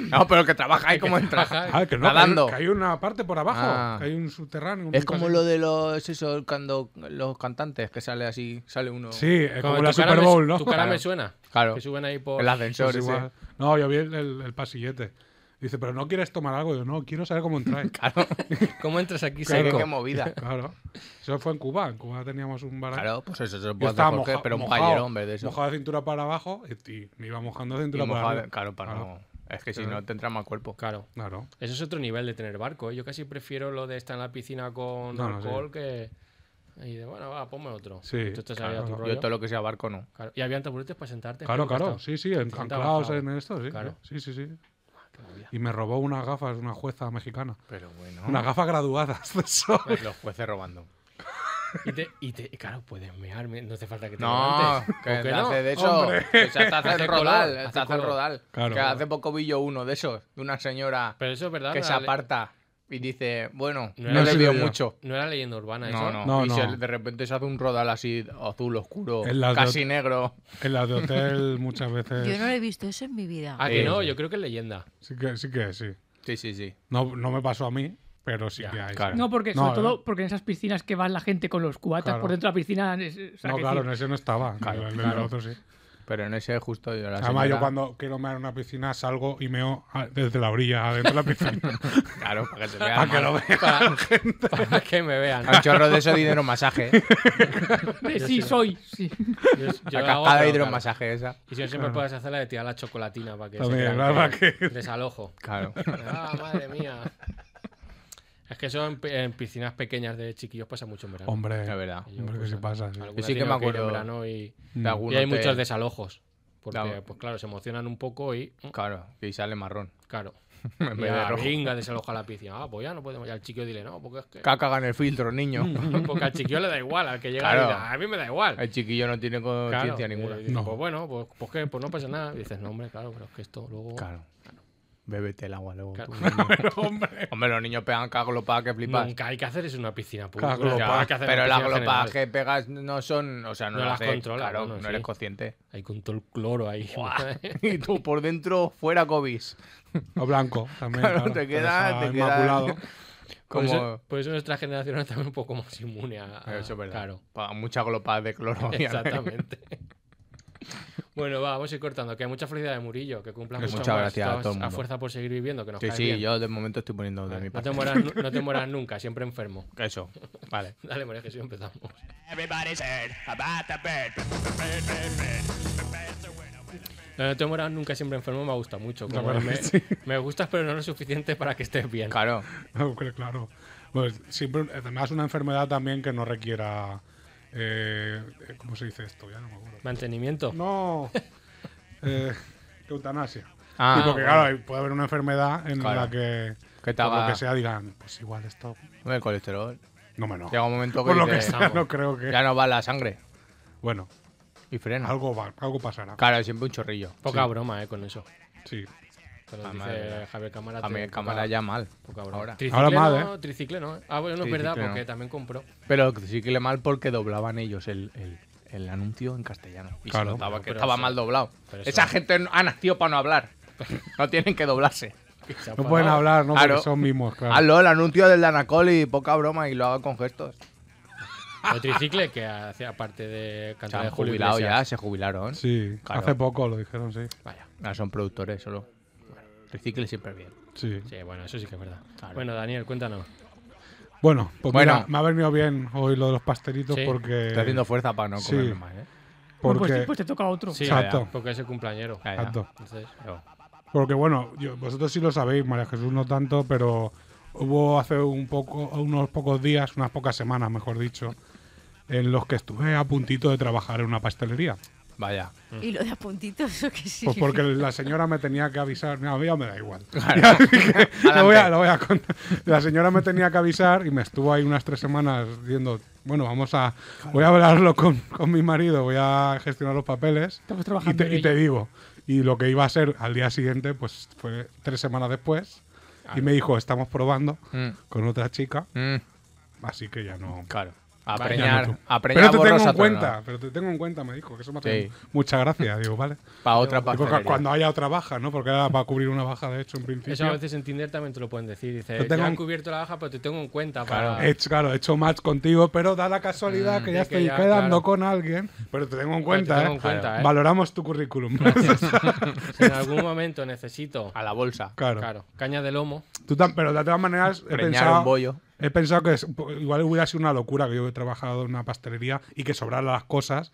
Speaker 5: Pero-
Speaker 2: No, pero el que trabaja ahí, ¿cómo entran?
Speaker 4: Ajá.
Speaker 3: Ah, que no, que hay-
Speaker 2: nadando.
Speaker 3: Que hay una parte por abajo.
Speaker 2: Ah.
Speaker 3: que hay un subterráneo. un
Speaker 2: Es como
Speaker 3: paseo.
Speaker 2: lo de los eso, cuando los cantantes que sale así, sale uno.
Speaker 3: Sí, es como
Speaker 4: tu
Speaker 3: la
Speaker 4: cara
Speaker 3: Super
Speaker 4: me-
Speaker 3: Bowl, ¿no?
Speaker 4: Tu cara me
Speaker 2: Claro.
Speaker 4: suena.
Speaker 2: Claro.
Speaker 4: Que suben ahí por.
Speaker 2: El ascensor,
Speaker 3: Pues igual.
Speaker 2: ese.
Speaker 3: No, yo vi el, el- el pasillete. Dice, pero no quieres tomar algo. Yo, no, quiero saber cómo entráis.
Speaker 2: Claro,
Speaker 4: ¿Cómo entras aquí
Speaker 2: Sí, qué
Speaker 4: seco?
Speaker 2: movida.
Speaker 3: claro. Eso fue en Cuba. En Cuba teníamos un bar.
Speaker 2: Claro, pues eso se
Speaker 3: Yo
Speaker 2: puede hacer
Speaker 3: estaba
Speaker 2: cualquier-
Speaker 3: moja-
Speaker 2: pero un
Speaker 3: mojado,
Speaker 2: payero, hombre, de eso.
Speaker 3: Mojado de cintura para abajo y, y me iba mojando de
Speaker 2: Y
Speaker 3: cintura para
Speaker 2: mojado de-
Speaker 3: abajo.
Speaker 2: claro, para no- Es que si
Speaker 3: Claro.
Speaker 2: no te entra mal cuerpo.
Speaker 4: Claro.
Speaker 3: Claro.
Speaker 4: Eso es otro nivel de tener barco. ¿eh? Yo casi prefiero lo de estar en la piscina con
Speaker 3: No, no,
Speaker 4: alcohol que. Y de, bueno, va, ponme otro.
Speaker 3: Sí,
Speaker 4: Tú estás
Speaker 3: claro,
Speaker 4: ahí a tu
Speaker 3: no.
Speaker 4: rollo.
Speaker 2: Yo todo lo que sea barco no.
Speaker 4: Claro. Y habían taburetes para sentarte.
Speaker 3: Claro,
Speaker 4: Nunca
Speaker 3: claro.
Speaker 4: estaba.
Speaker 3: Sí, sí,
Speaker 4: sentaba
Speaker 3: encanclados
Speaker 4: bajado.
Speaker 3: en esto, sí.
Speaker 4: Claro.
Speaker 3: Sí, sí, sí.
Speaker 4: Qué movida.
Speaker 3: Y me robó unas gafas, una jueza mexicana.
Speaker 2: Pero bueno. pues
Speaker 3: Unas gafas graduadas de eso.
Speaker 2: Los jueces robando.
Speaker 4: Y te, y te- claro, puedes mear, me- no hace falta que te
Speaker 2: No,
Speaker 4: levantes.
Speaker 2: que
Speaker 4: ¿O que
Speaker 2: te
Speaker 4: no?
Speaker 2: hace de eso. Que se hace
Speaker 4: Hace
Speaker 2: hacer
Speaker 4: color,
Speaker 2: rodal.
Speaker 4: hace
Speaker 2: Se hace el
Speaker 4: color.
Speaker 2: rodal.
Speaker 3: Claro,
Speaker 2: que
Speaker 3: claro.
Speaker 2: hace poco vi yo uno de esos, de una señora
Speaker 4: Pero eso es verdad.
Speaker 2: que
Speaker 4: no
Speaker 2: se
Speaker 4: era le-
Speaker 2: aparta y dice, bueno,
Speaker 4: No
Speaker 2: no,
Speaker 4: era
Speaker 2: le
Speaker 3: así
Speaker 2: veo
Speaker 3: de yo.
Speaker 2: mucho.
Speaker 4: No era leyenda urbana eso.
Speaker 2: No, no.
Speaker 3: No,
Speaker 2: y
Speaker 3: no.
Speaker 2: se- de repente se hace un rodal así azul oscuro,
Speaker 3: En las de
Speaker 2: casi
Speaker 3: ot-
Speaker 2: negro.
Speaker 3: En las de hotel muchas
Speaker 6: Yo
Speaker 3: veces.
Speaker 6: no lo he visto eso en mi vida.
Speaker 4: Ah,
Speaker 2: Sí.
Speaker 4: que no, yo creo que es leyenda.
Speaker 3: Sí que sí. Que, sí.
Speaker 2: Sí, sí, sí.
Speaker 3: No, no me pasó a mí, pero sí que hay.
Speaker 2: claro.
Speaker 5: No, porque
Speaker 3: No,
Speaker 5: sobre
Speaker 3: eh.
Speaker 5: todo porque en esas piscinas que van la gente con los cubatas
Speaker 3: Claro.
Speaker 5: por dentro de la piscina. es- o sea,
Speaker 3: No,
Speaker 5: que
Speaker 3: claro, en
Speaker 5: decir,
Speaker 3: ese no estaba. Claro, en el del otro sí.
Speaker 2: Pero en ese justo yo la
Speaker 3: Además, yo
Speaker 2: señora-
Speaker 3: cuando quiero mear en una piscina salgo y meo a- desde la orilla, adentro de la piscina.
Speaker 2: Claro, para que se vea.
Speaker 3: para que
Speaker 2: mal.
Speaker 3: lo vea.
Speaker 4: Para, para que me vean.
Speaker 2: A un chorro de eso de hidromasaje.
Speaker 5: de sí, soy. Sí.
Speaker 4: Yo, yo
Speaker 2: La
Speaker 4: hago, pero,
Speaker 2: cascada de
Speaker 4: claro.
Speaker 2: hidromasaje esa.
Speaker 4: Y si no siempre puedes hacer la de tirar la chocolatina para que
Speaker 3: También,
Speaker 4: se
Speaker 3: claro,
Speaker 4: crean que- desalojo.
Speaker 2: Claro.
Speaker 4: Ah, madre mía. Es que eso en, pi- en piscinas pequeñas de chiquillos pasa mucho en verano.
Speaker 3: Hombre,
Speaker 2: Es verdad.
Speaker 4: Que yo,
Speaker 3: hombre, que
Speaker 4: pues,
Speaker 3: se pasa. sí.
Speaker 4: alguna
Speaker 2: Yo sí
Speaker 4: he
Speaker 2: que me
Speaker 4: tenido ir en
Speaker 2: acuerdo
Speaker 4: verano y,
Speaker 3: Mm.
Speaker 2: De algún
Speaker 4: y hay
Speaker 2: hotel.
Speaker 4: muchos desalojos. Porque,
Speaker 2: Claro.
Speaker 4: pues claro, se emocionan un poco y, mm,
Speaker 2: Claro, y sale marrón.
Speaker 4: claro.
Speaker 2: En vez de
Speaker 4: Ya,
Speaker 2: rojo.
Speaker 4: venga, desaloja la piscina. Ah, pues ya no podemos. Y al chiquillo dile, no, porque es que.
Speaker 2: Caca en el filtro, niño.
Speaker 4: Porque al chiquillo le da igual, al que llega
Speaker 2: Claro.
Speaker 4: y dice, a mí me da igual.
Speaker 2: El chiquillo no tiene
Speaker 4: Claro.
Speaker 2: conciencia
Speaker 4: Y
Speaker 2: ninguna.
Speaker 4: dices,
Speaker 3: No.
Speaker 4: Pues bueno, pues, pues qué, pues no pasa nada. Y dices, no, hombre, claro, pero es que esto luego.
Speaker 2: Claro. Bébete el agua luego.
Speaker 4: eh. Claro.
Speaker 2: tú, niño. Hombre, los niños pegan caglopa que flipas.
Speaker 4: Nunca hay que hacer es una piscina pública.
Speaker 3: Claro,
Speaker 4: Lo que
Speaker 2: Ya,
Speaker 4: hay que hacer en
Speaker 2: pero las
Speaker 4: piscinas
Speaker 2: glopas
Speaker 4: generales.
Speaker 2: que pegas no son, o sea, no,
Speaker 4: No
Speaker 2: las
Speaker 4: las
Speaker 2: haces,
Speaker 4: controlas,
Speaker 2: claro,
Speaker 4: bueno,
Speaker 2: no eres
Speaker 4: sí.
Speaker 2: consciente.
Speaker 4: Ahí con todo el cloro ahí.
Speaker 2: Y tú por dentro fuera cobis.
Speaker 3: O blanco también.
Speaker 2: Claro,
Speaker 3: claro,
Speaker 2: te
Speaker 3: que
Speaker 2: queda-
Speaker 3: está
Speaker 2: te queda-
Speaker 3: inmaculado.
Speaker 4: Por,
Speaker 2: Como
Speaker 4: eso, por eso nuestra generación está un poco más inmune a. a-
Speaker 2: eso es verdad.
Speaker 4: Claro.
Speaker 2: Pa- Mucha glopa de cloro.
Speaker 4: Exactamente. bueno, va, vamos a ir cortando. Que hay mucha felicidad de Murillo. Que cumplas
Speaker 2: Pues
Speaker 4: mucho
Speaker 2: muchas
Speaker 4: más.
Speaker 2: gracias a
Speaker 4: Todas
Speaker 2: todo el mundo.
Speaker 4: fuerza por seguir viviendo. Que nos
Speaker 2: Sí,
Speaker 4: caes
Speaker 2: sí,
Speaker 4: bien.
Speaker 2: yo de momento estoy poniendo de mi
Speaker 4: no, te
Speaker 2: parte.
Speaker 4: mueras, nu- no te mueras nunca, siempre enfermo.
Speaker 2: Eso. Vale.
Speaker 4: Dale, María Jesús, empezamos.
Speaker 7: Everybody's heard about the bird.
Speaker 4: No, no te mueras nunca, siempre enfermo me gusta mucho. como
Speaker 3: verdad
Speaker 4: me,
Speaker 3: que sí.
Speaker 4: me gustas, pero no lo suficiente para que estés bien.
Speaker 2: Claro.
Speaker 3: Hombre, claro. Pues siempre, además, una enfermedad también que no requiera. eh, ¿Cómo se dice esto? Ya no me acuerdo.
Speaker 4: Mantenimiento.
Speaker 3: No. Eh, eutanasia.
Speaker 2: Ah,
Speaker 3: y porque, claro, puede haber una enfermedad en
Speaker 2: Claro.
Speaker 3: la que.
Speaker 2: Que te
Speaker 3: por lo
Speaker 2: haga-
Speaker 3: que sea, digan, pues igual esto.
Speaker 2: El colesterol.
Speaker 3: No me no.
Speaker 2: Llega un momento que
Speaker 3: Por lo que
Speaker 2: dices,
Speaker 3: sea, no creo que.
Speaker 2: ya no va la sangre.
Speaker 3: Bueno,
Speaker 2: Y frena.
Speaker 3: algo, va, algo pasará.
Speaker 2: Claro, siempre un chorrillo.
Speaker 4: Poca broma, eh, con eso.
Speaker 3: Sí.
Speaker 4: Te lo
Speaker 2: Ah,
Speaker 4: dice
Speaker 2: madre mía.
Speaker 4: Javier Cámara.
Speaker 2: A mí
Speaker 4: te-
Speaker 2: el cámara
Speaker 4: poca-
Speaker 2: ya mal.
Speaker 4: poca broma.
Speaker 2: Ahora. eh.
Speaker 4: Tricicle
Speaker 3: Ahora mal,
Speaker 4: no, tricicle no. Ah, bueno, no es
Speaker 2: Tricicle
Speaker 4: verdad,
Speaker 2: no.
Speaker 4: porque también compró.
Speaker 2: Pero sí que le mal porque doblaban ellos el, el- el anuncio en castellano. Y
Speaker 3: Claro.
Speaker 2: se notaba que
Speaker 4: Pero
Speaker 2: estaba
Speaker 4: eso-
Speaker 2: mal doblado.
Speaker 4: pero eso-
Speaker 2: Esa gente no- ha nacido para no hablar. No tienen que doblarse.
Speaker 4: Y se ha
Speaker 3: No pueden
Speaker 4: enfadado.
Speaker 3: hablar, ¿no?
Speaker 2: Claro.
Speaker 3: Porque son mismos, claro.
Speaker 2: Hazlo, el anuncio del Danacoli, poca broma, y lo haga con gestos.
Speaker 4: O tricicle, que hace aparte de
Speaker 2: Se
Speaker 4: cantar de
Speaker 2: han
Speaker 4: Julio
Speaker 2: jubilado ya,
Speaker 4: Iglesias.
Speaker 2: se jubilaron.
Speaker 3: Sí,
Speaker 2: Claro.
Speaker 3: hace poco lo dijeron, sí.
Speaker 4: Vaya.
Speaker 2: Ah, son productores solo. Recicle siempre bien.
Speaker 3: Sí.
Speaker 4: Sí, bueno, eso sí que es verdad. Bueno, Daniel, cuéntanos.
Speaker 3: Bueno, pues
Speaker 2: Bueno.
Speaker 3: mira, me ha venido bien hoy lo de los pastelitos
Speaker 4: Sí.
Speaker 3: porque.
Speaker 2: Estoy haciendo fuerza para no
Speaker 3: sí.
Speaker 2: comer más, ¿eh?
Speaker 5: Bueno, pues,
Speaker 3: porque-
Speaker 5: te- pues te toca otro.
Speaker 4: Sí,
Speaker 3: Exacto.
Speaker 4: porque es el cumpleañero.
Speaker 2: Ya, ya.
Speaker 3: Exacto.
Speaker 4: Entonces,
Speaker 2: Pero-
Speaker 3: Porque bueno, yo- vosotros sí lo sabéis, María Jesús no tanto, pero hubo hace un poco, unos pocos días, unas pocas semanas, mejor dicho, en los que estuve a puntito de trabajar en una pastelería.
Speaker 2: Vaya.
Speaker 6: Y lo de a puntitos, ¿o qué sí?
Speaker 3: Pues porque la señora me tenía que avisar. Mira, a mí ya me da igual.
Speaker 2: Adelante.
Speaker 3: Lo voy a- lo voy a contar. La señora me tenía que avisar y me estuvo ahí unas tres semanas diciendo, bueno, vamos a, voy a hablarlo con, con mi marido, voy a gestionar los papeles
Speaker 5: Estamos
Speaker 3: y
Speaker 5: trabajando.
Speaker 3: te, y te digo. Y lo que iba a ser al día siguiente, pues fue tres semanas después. Y me dijo, estamos probando
Speaker 2: Mm,
Speaker 3: con otra chica,
Speaker 2: mm,
Speaker 3: así que ya no.
Speaker 2: claro.
Speaker 3: ya
Speaker 2: A
Speaker 3: no
Speaker 2: preñar,
Speaker 3: tú.
Speaker 2: a preñar
Speaker 3: pero te tengo
Speaker 2: borrosa,
Speaker 3: en
Speaker 2: pero no.
Speaker 3: cuenta, pero te tengo en cuenta, me dijo, que eso me hace
Speaker 2: Sí.
Speaker 3: mucha gracia. Digo, vale.
Speaker 2: Para otra
Speaker 3: Porque
Speaker 2: pastelería.
Speaker 3: cuando haya otra baja, ¿no? Porque era para cubrir una baja, de hecho, en principio.
Speaker 4: Eso a veces en Tinder también te lo pueden decir. Dice,
Speaker 3: Yo
Speaker 4: yo
Speaker 3: tengo
Speaker 4: he
Speaker 3: un-
Speaker 4: cubierto la baja, pero te tengo en cuenta
Speaker 2: Claro.
Speaker 4: para...
Speaker 3: He hecho, claro, he hecho match contigo, pero da la casualidad que ya
Speaker 4: de que
Speaker 3: estoy
Speaker 4: ya,
Speaker 3: quedando
Speaker 4: claro.
Speaker 3: con alguien. Pero te tengo en cuenta,
Speaker 4: tengo
Speaker 3: ¿eh?
Speaker 4: en cuenta, ¿eh?
Speaker 3: Valoramos tu currículum.
Speaker 4: Si en algún momento necesito...
Speaker 2: A la bolsa.
Speaker 3: claro.
Speaker 4: Claro, caña de lomo.
Speaker 3: Tú tam- pero de todas maneras, he
Speaker 2: Preñar
Speaker 3: pensado,
Speaker 2: un bollo.
Speaker 3: he pensado que es un po- igual hubiera sido una locura que yo he trabajado en una pastelería y que sobraran las cosas.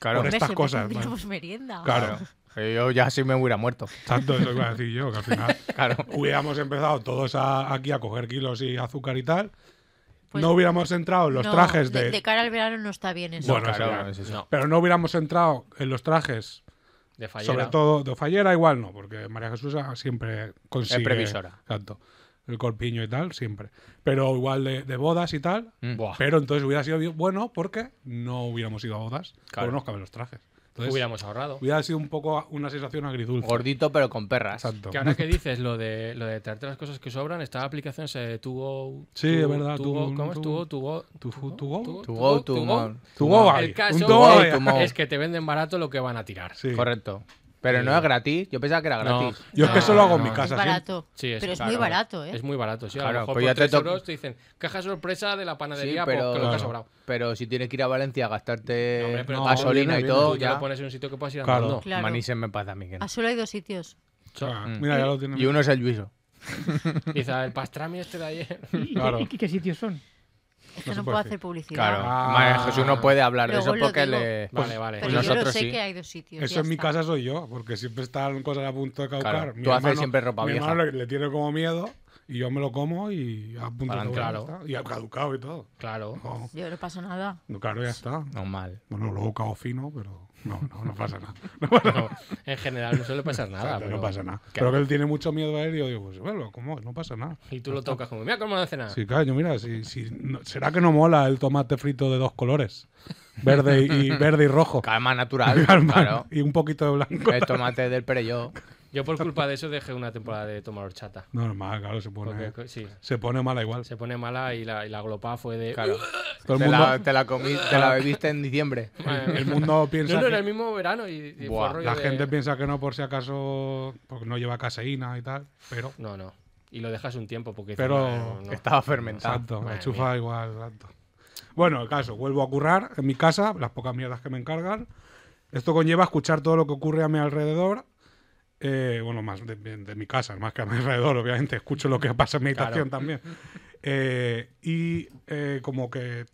Speaker 2: Claro.
Speaker 3: Por
Speaker 6: Hombre,
Speaker 3: estas
Speaker 6: siempre
Speaker 3: cosas,
Speaker 6: tendríamos merienda.
Speaker 3: Claro,
Speaker 2: Yo ya sí me hubiera muerto.
Speaker 3: tanto eso iba a decir yo, que al final
Speaker 2: Claro.
Speaker 3: hubiéramos empezado todos a- aquí a coger kilos y azúcar y tal.
Speaker 6: Pues-
Speaker 3: no hubiéramos entrado en los
Speaker 6: No,
Speaker 3: trajes de,
Speaker 6: de cara al verano no está bien eso.
Speaker 3: Bueno,
Speaker 2: claro,
Speaker 3: claro.
Speaker 2: es eso.
Speaker 3: Pero no hubiéramos entrado en los trajes
Speaker 4: De fallera.
Speaker 3: Sobre todo de Fallera igual no, porque María Jesús siempre consigue...
Speaker 2: Es previsora.
Speaker 3: Exacto. El corpiño y tal, siempre. Pero igual de, de bodas y tal.
Speaker 2: Mm. Buah.
Speaker 3: Pero entonces hubiera sido bien- bueno porque no hubiéramos ido a bodas.
Speaker 2: Claro.
Speaker 3: Pero nos caben los trajes. Entonces,
Speaker 4: Hubiéramos ahorrado.
Speaker 3: Hubiera sido un poco una sensación agridulce.
Speaker 2: Gordito pero con perras.
Speaker 3: Exacto.
Speaker 4: Que ahora que dices lo de, lo de traerte las cosas que sobran, esta aplicación se tuvo.
Speaker 3: Sí, es verdad,
Speaker 4: Tuvo,
Speaker 3: Tugo,
Speaker 4: ¿Cómo es?
Speaker 3: Tugo.
Speaker 4: Tuvo, tuvo.
Speaker 3: Tu- tu go.
Speaker 2: To go, to more.
Speaker 3: Tu go hay.
Speaker 4: El caso
Speaker 3: Un go
Speaker 2: hay. Tugo.
Speaker 4: es que te venden barato lo que van a tirar.
Speaker 3: Sí.
Speaker 2: Correcto. Pero no es gratis. Yo pensaba que era
Speaker 4: No.
Speaker 2: gratis.
Speaker 3: Yo es que
Speaker 4: No,
Speaker 3: eso lo hago en
Speaker 4: no,
Speaker 3: mi
Speaker 4: no.
Speaker 6: es
Speaker 3: casa. siempre.
Speaker 6: barato.
Speaker 4: Sí,
Speaker 6: pero es
Speaker 4: claro,
Speaker 6: muy barato, ¿eh?
Speaker 4: Es muy barato, sí. a
Speaker 2: Claro,
Speaker 4: lo mejor
Speaker 2: pues
Speaker 4: por
Speaker 2: ya te
Speaker 4: 3
Speaker 2: toca-
Speaker 4: euros te dicen caja sorpresa de la
Speaker 2: Sí,
Speaker 4: panadería
Speaker 2: pero,
Speaker 4: por lo pues, que ha
Speaker 3: Claro.
Speaker 4: sobrado.
Speaker 2: pero si tienes que ir a Valencia a gastarte
Speaker 4: No, hombre, pero tú-
Speaker 2: Eh, gasolina y todo,
Speaker 4: tú te
Speaker 2: ya.
Speaker 4: lo pones en un sitio que puedas ir
Speaker 3: Claro.
Speaker 4: andando.
Speaker 6: Claro.
Speaker 2: Maní se me pasa a mí. que no.
Speaker 6: Ah, solo hay dos sitios.
Speaker 3: Ah, Mira, ya lo tienen.
Speaker 2: Y uno es el Luiso.
Speaker 4: Quizá el pastrami este de ayer.
Speaker 5: ¿Y,
Speaker 3: Claro.
Speaker 5: qué, y qué- qué sitios son?
Speaker 6: Es
Speaker 3: No se
Speaker 6: que no,
Speaker 3: puede
Speaker 6: puedo
Speaker 3: decir.
Speaker 6: hacer publicidad.
Speaker 2: Claro.
Speaker 3: Ah.
Speaker 2: María Jesús no puede hablar de
Speaker 6: Luego
Speaker 2: eso
Speaker 6: lo
Speaker 2: porque
Speaker 6: digo.
Speaker 2: le.
Speaker 4: Vale, vale.
Speaker 6: Pero yo lo
Speaker 2: nosotros
Speaker 6: sé
Speaker 2: sí.
Speaker 6: que hay dos sitios.
Speaker 3: Pues Eso
Speaker 6: ya
Speaker 3: en mi
Speaker 6: está.
Speaker 3: casa soy yo, porque siempre están cosas a punto de caucar.
Speaker 2: Claro,
Speaker 3: Mi
Speaker 2: tú haces siempre ropa
Speaker 3: mi
Speaker 2: vieja.
Speaker 3: hermano le, le tiene como miedo y yo me lo como y a punto de
Speaker 2: Pa'lante.
Speaker 3: caucar. ya
Speaker 4: Claro.
Speaker 3: está. Y ha caducado y todo.
Speaker 4: Claro.
Speaker 3: No,
Speaker 6: Yo no pasa nada.
Speaker 3: no, claro, ya está.
Speaker 2: Normal.
Speaker 3: Bueno, luego cago fino, pero no, no, no pasa nada. No pasa nada.
Speaker 4: No, en general no suele pasar nada.
Speaker 3: Claro,
Speaker 4: pero-
Speaker 3: no pasa nada. Pero que él tiene mucho miedo a él y yo digo, pues bueno, ¿cómo? No pasa nada.
Speaker 4: Y tú lo tocas como, mira cómo lo
Speaker 2: Ah.
Speaker 4: cena.
Speaker 3: Sí, claro, yo mira, si, si, no- ¿será que no mola el tomate frito de dos colores? Verde y, y- verde y rojo.
Speaker 2: Calma natural.
Speaker 3: Calma,
Speaker 2: claro.
Speaker 3: Y un poquito de blanco.
Speaker 2: El tomate del Perelló.
Speaker 4: Yo por culpa de eso dejé una temporada de tomar horchata.
Speaker 3: Normal, claro, se pone,
Speaker 4: Porque, sí,
Speaker 3: se pone mala igual.
Speaker 4: se pone mala y la, y la glopada fue de...
Speaker 2: Claro.
Speaker 3: Todo el
Speaker 2: Te
Speaker 3: mundo-
Speaker 2: la, te la comí- te la bebiste en diciembre.
Speaker 4: Madre mía.
Speaker 3: El mundo piensa.
Speaker 4: No, no,
Speaker 3: que-
Speaker 4: era el mismo verano y, y
Speaker 2: Buah,
Speaker 4: fue rollo
Speaker 3: La
Speaker 4: de-
Speaker 3: gente piensa que no, por si acaso, porque no lleva caseína y tal, pero.
Speaker 4: No, no. Y lo dejas un tiempo porque... dices,
Speaker 3: Pero-
Speaker 4: "Bueno, no".
Speaker 2: Estaba fermentado.
Speaker 3: Exacto,
Speaker 4: madre
Speaker 3: la chufa igual, exacto. Bueno, el caso, vuelvo a currar en mi casa, las pocas mierdas que me encargan. Esto conlleva escuchar todo lo que ocurre a mi alrededor. eh, bueno, más de, de- de mi casa, más que a mi alrededor, obviamente. Escucho lo que pasa en mi habitación también. Eh, y eh, como que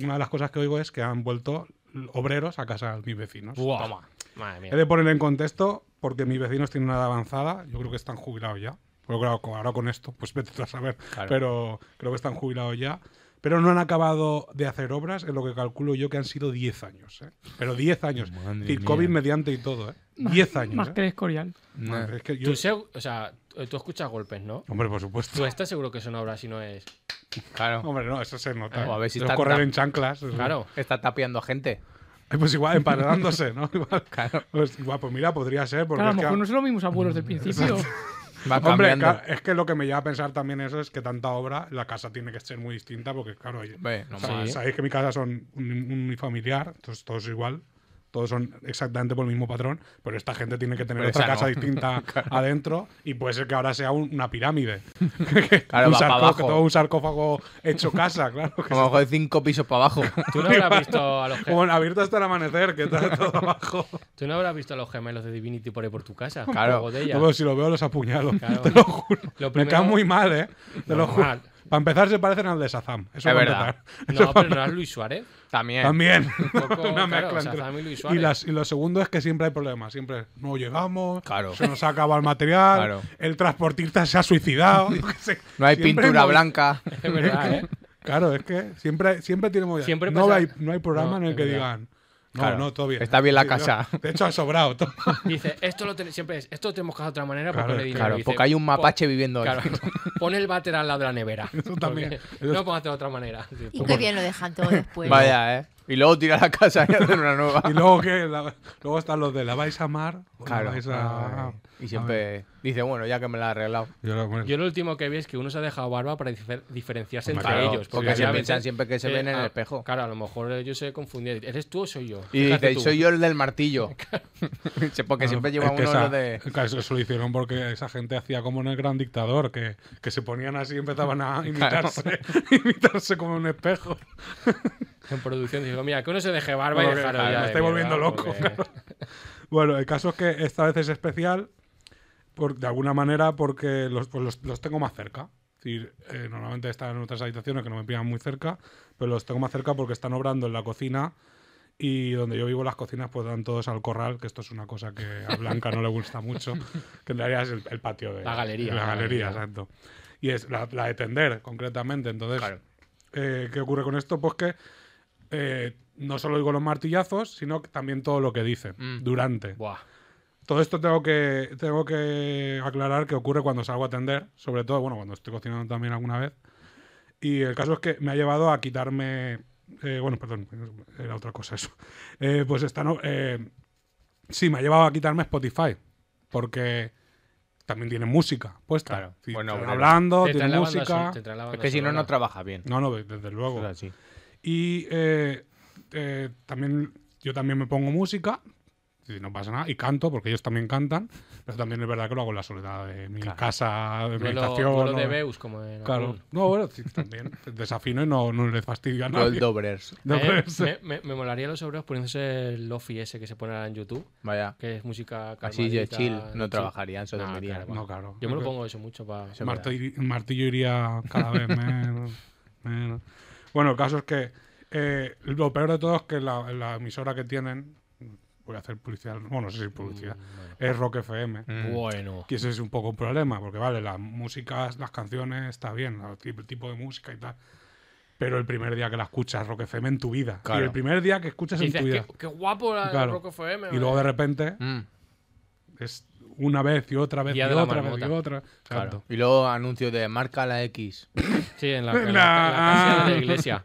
Speaker 3: una de las cosas que oigo es que han vuelto obreros a casa de mis vecinos.
Speaker 4: Buah. Madre mía.
Speaker 3: He de poner en contexto porque mis vecinos tienen una edad avanzada. Yo creo que están jubilados ya. Pero claro, co- ahora con esto, pues vete tú a saber.
Speaker 2: Claro.
Speaker 3: Pero creo que están jubilados ya. Pero no han acabado de hacer obras en lo que calculo yo que han sido 10 años. ¿eh? Pero 10 años.
Speaker 2: Madre
Speaker 3: Es decir,
Speaker 2: mía.
Speaker 3: COVID mediante y todo. ¿eh? 10 años.
Speaker 5: Más
Speaker 3: ¿eh?
Speaker 5: que de Escorial.
Speaker 3: Madre, es que yo-
Speaker 4: Tú, seg- o sea, tú tú escuchas golpes, ¿no?
Speaker 3: Hombre, por
Speaker 4: Tú
Speaker 3: supuesto.
Speaker 4: estás seguro que son obras y no es...
Speaker 2: Claro.
Speaker 3: Hombre, no, eso se nota.
Speaker 2: O a ver si
Speaker 3: Eso
Speaker 2: está-
Speaker 3: correr en chanclas. eso.
Speaker 4: Claro.
Speaker 2: Está tapeando gente.
Speaker 3: Ay, Pues igual, emparedándose, ¿no? Igual,
Speaker 2: Claro.
Speaker 3: pues, igual, pues mira, podría ser. Porque
Speaker 5: Claro, a lo
Speaker 3: es que
Speaker 5: mejor
Speaker 3: a-
Speaker 5: no son los mismos abuelos del principio.
Speaker 2: Va
Speaker 3: Hombre,
Speaker 2: cambiando.
Speaker 3: claro, es que lo que me lleva a pensar también eso es que tanta obra, la casa tiene que ser muy distinta porque, claro, oye,
Speaker 2: Hombre, no
Speaker 3: o sea,
Speaker 2: más.
Speaker 3: sabéis que mi casa son un- unifamiliar, entonces todos igual, todos son exactamente por el mismo patrón, pero esta gente tiene que tener
Speaker 2: Pero
Speaker 3: otra
Speaker 2: esa
Speaker 3: casa
Speaker 2: no.
Speaker 3: distinta adentro y puede ser que ahora sea un- una pirámide.
Speaker 2: Claro,
Speaker 3: un,
Speaker 2: va para
Speaker 3: sarcófago,
Speaker 2: abajo.
Speaker 3: todo un sarcófago hecho casa, claro. que
Speaker 2: A lo mejor cinco pisos para abajo.
Speaker 4: Tú no habrás visto a los,
Speaker 3: sí.
Speaker 4: ge-
Speaker 3: Como en abierto hasta el amanecer, que está todo abajo.
Speaker 4: ¿tú no habrás visto a los gemelos de Divinity por ahí por tu casa.
Speaker 2: Claro.
Speaker 4: Luego de ella.
Speaker 3: Yo, si lo veo, los apuñalo.
Speaker 4: Claro.
Speaker 3: Te lo juro.
Speaker 4: Lo
Speaker 3: Me caen
Speaker 4: primero-
Speaker 3: muy mal, ¿eh? Te lo juro.
Speaker 4: Normal.
Speaker 3: Para empezar, se parecen al de Sazam. Eso
Speaker 2: Es
Speaker 3: para
Speaker 2: verdad.
Speaker 3: empezar. Eso
Speaker 4: No,
Speaker 3: para
Speaker 4: pero no es Luis Suárez.
Speaker 2: También.
Speaker 3: También.
Speaker 4: poco,
Speaker 3: Una
Speaker 4: claro,
Speaker 3: mezcla entre-
Speaker 4: Shazam y Luis
Speaker 3: y,
Speaker 4: Suárez.
Speaker 3: las-
Speaker 2: ¿eh?
Speaker 3: y lo segundo es que siempre hay problemas. Siempre no llegamos,
Speaker 2: Claro.
Speaker 3: se nos acaba el material,
Speaker 2: Claro.
Speaker 3: el transportista se ha suicidado. yo qué sé.
Speaker 2: No hay
Speaker 3: Siempre
Speaker 2: pintura
Speaker 3: movi-
Speaker 2: blanca.
Speaker 4: Es verdad, ¿eh?
Speaker 3: Claro, es que siempre, siempre tiene movilidad.
Speaker 4: Siempre
Speaker 3: no,
Speaker 4: pasa-
Speaker 3: hay, no hay programa
Speaker 4: No,
Speaker 3: en el
Speaker 4: es
Speaker 3: que
Speaker 4: verdad.
Speaker 3: digan. No,
Speaker 2: Claro.
Speaker 3: no, todo bien.
Speaker 2: Está bien la
Speaker 3: Sí,
Speaker 2: casa.
Speaker 3: no. De hecho, ha sobrado. todo.
Speaker 4: Dice, esto lo ten- siempre es, esto lo tenemos que hacer de otra manera
Speaker 3: Claro,
Speaker 4: para poner
Speaker 3: es que-
Speaker 4: dinero.
Speaker 2: Claro,
Speaker 4: Dice,
Speaker 2: porque hay un
Speaker 4: pon-
Speaker 2: mapache viviendo ahí.
Speaker 4: Claro, pon el váter al lado de la nevera. Eso
Speaker 3: también.
Speaker 4: No lo podemos hacer de otra manera. Sí,
Speaker 6: Y qué bien lo dejan todo después.
Speaker 2: Vaya, ¿eh? Y luego tira la casa y hacer una nueva.
Speaker 3: Y luego, ¿qué? La- luego están los de la vais a amar. o la
Speaker 2: Claro. Ah,
Speaker 3: vais Ah, a-
Speaker 2: Y siempre dice, bueno, ya que me la ha arreglado.
Speaker 3: Yo lo- bueno,
Speaker 4: Yo lo último que vi es que uno se ha dejado barba para difer- diferenciarse
Speaker 3: Hombre,
Speaker 4: entre
Speaker 2: claro,
Speaker 4: ellos.
Speaker 2: porque se
Speaker 4: a
Speaker 2: piensan siempre que se ven en el
Speaker 4: ah,
Speaker 2: espejo.
Speaker 4: Claro, a lo mejor ellos se confundían. ¿Eres tú o soy yo?
Speaker 2: Y
Speaker 4: Fíjate
Speaker 2: dice,
Speaker 4: tú.
Speaker 2: soy yo el del martillo. Sí, porque siempre lleva
Speaker 3: Ah, es que
Speaker 2: uno
Speaker 3: esa-
Speaker 2: lo de.
Speaker 3: claro, Eso, eso lo hicieron porque esa gente hacía como en el gran dictador, que, que se ponían así y empezaban a imitarse, imitarse como un espejo.
Speaker 4: En producción digo, mira, que uno se deje barba
Speaker 3: Bueno,
Speaker 4: y
Speaker 3: que-
Speaker 4: dejaros
Speaker 3: claro,
Speaker 4: ya
Speaker 3: me
Speaker 4: de
Speaker 3: estoy
Speaker 4: mierda,
Speaker 3: volviendo loco,
Speaker 4: porque-
Speaker 3: claro. Bueno, el caso es que esta vez es especial, por, de alguna manera, porque los, pues los- los tengo más cerca. Es decir, eh, normalmente están en otras habitaciones que no me pillan muy cerca, pero los tengo más cerca porque están obrando en la cocina y donde yo vivo las cocinas pues dan todos al corral, que esto es una cosa que a Blanca no le gusta mucho, que en realidad es el, el patio de
Speaker 4: La galería,
Speaker 3: La
Speaker 4: la
Speaker 3: galería,
Speaker 4: galería.
Speaker 3: exacto. Y es la, la de tender, concretamente. Entonces, eh, ¿qué ocurre con esto? Pues que eh, no solo digo los martillazos, sino que también todo lo que dicen durante.
Speaker 4: Buah.
Speaker 3: Todo esto tengo que, tengo que aclarar que ocurre cuando salgo a atender, sobre todo, bueno, cuando estoy cocinando también alguna vez. Y el caso es que me ha llevado a quitarme. eh, bueno, perdón, era otra cosa eso. Eh, pues esta no. eh, sí, me ha llevado a quitarme Spotify, porque también tiene música puesta.
Speaker 2: Claro,
Speaker 3: Sí,
Speaker 2: bueno,
Speaker 3: están
Speaker 2: obrero.
Speaker 3: hablando,
Speaker 4: Te traen
Speaker 3: tiene
Speaker 4: la banda
Speaker 3: música.
Speaker 4: son- te traen la
Speaker 2: Es
Speaker 4: banda
Speaker 2: que si no,
Speaker 4: sonora.
Speaker 2: no trabaja bien.
Speaker 3: No, no, desde luego.
Speaker 2: Es así.
Speaker 3: Y eh, eh, también yo también me pongo música, si no pasa nada, y canto, porque ellos también cantan, pero también es verdad que lo hago en la soledad de mi casa, de
Speaker 4: Duelo,
Speaker 3: meditación.
Speaker 4: duelo de
Speaker 3: o-
Speaker 4: Beus, como en
Speaker 3: Claro.
Speaker 4: algún-
Speaker 3: No, bueno, sí, también desafino y no, no le fastidia a
Speaker 2: Todo el
Speaker 3: nadie.
Speaker 2: Dobrers.
Speaker 3: No, pues,
Speaker 4: Eh,
Speaker 3: pero es-
Speaker 4: me, me- me molaría los obreros poniéndose el lofi ese que se pone ahora en YouTube,
Speaker 2: Vaya.
Speaker 4: que es música
Speaker 2: Así de
Speaker 4: calmadita,
Speaker 2: chill, no
Speaker 4: chill.
Speaker 2: trabajarían, se
Speaker 4: Nah,
Speaker 2: dormirían.
Speaker 4: claro.
Speaker 3: no, claro.
Speaker 4: Yo me lo pongo eso mucho para...
Speaker 2: Eso es verdad.
Speaker 3: Martillo, martillo iría cada vez menos, menos. Bueno, el caso es que eh, lo peor de todo es que la, la emisora que tienen, voy a hacer publicidad, bueno, no sé si es publicidad,
Speaker 4: Mm,
Speaker 3: es Rock FM.
Speaker 4: Bueno.
Speaker 3: Que eso es un poco un problema, porque vale, las músicas, las canciones, está bien, el ti- el tipo de música y tal. Pero el primer día que la escuchas, Rock FM en tu vida.
Speaker 2: Claro.
Speaker 3: Y el primer día que escuchas en
Speaker 4: Dices,
Speaker 3: tu vida.
Speaker 4: qué, qué guapo la
Speaker 3: Claro.
Speaker 4: Rock eh, FM.
Speaker 3: Y
Speaker 4: ¿vale?
Speaker 3: luego de repente
Speaker 2: Mm,
Speaker 3: es una vez y otra vez
Speaker 4: Día
Speaker 3: y
Speaker 4: de la
Speaker 3: otra vez y
Speaker 4: marmota.
Speaker 3: otra.
Speaker 2: claro.
Speaker 3: Exacto.
Speaker 2: Y luego anuncio de marca la X.
Speaker 4: Sí, en la, en la- en
Speaker 3: Nah.
Speaker 4: la casilla de la iglesia.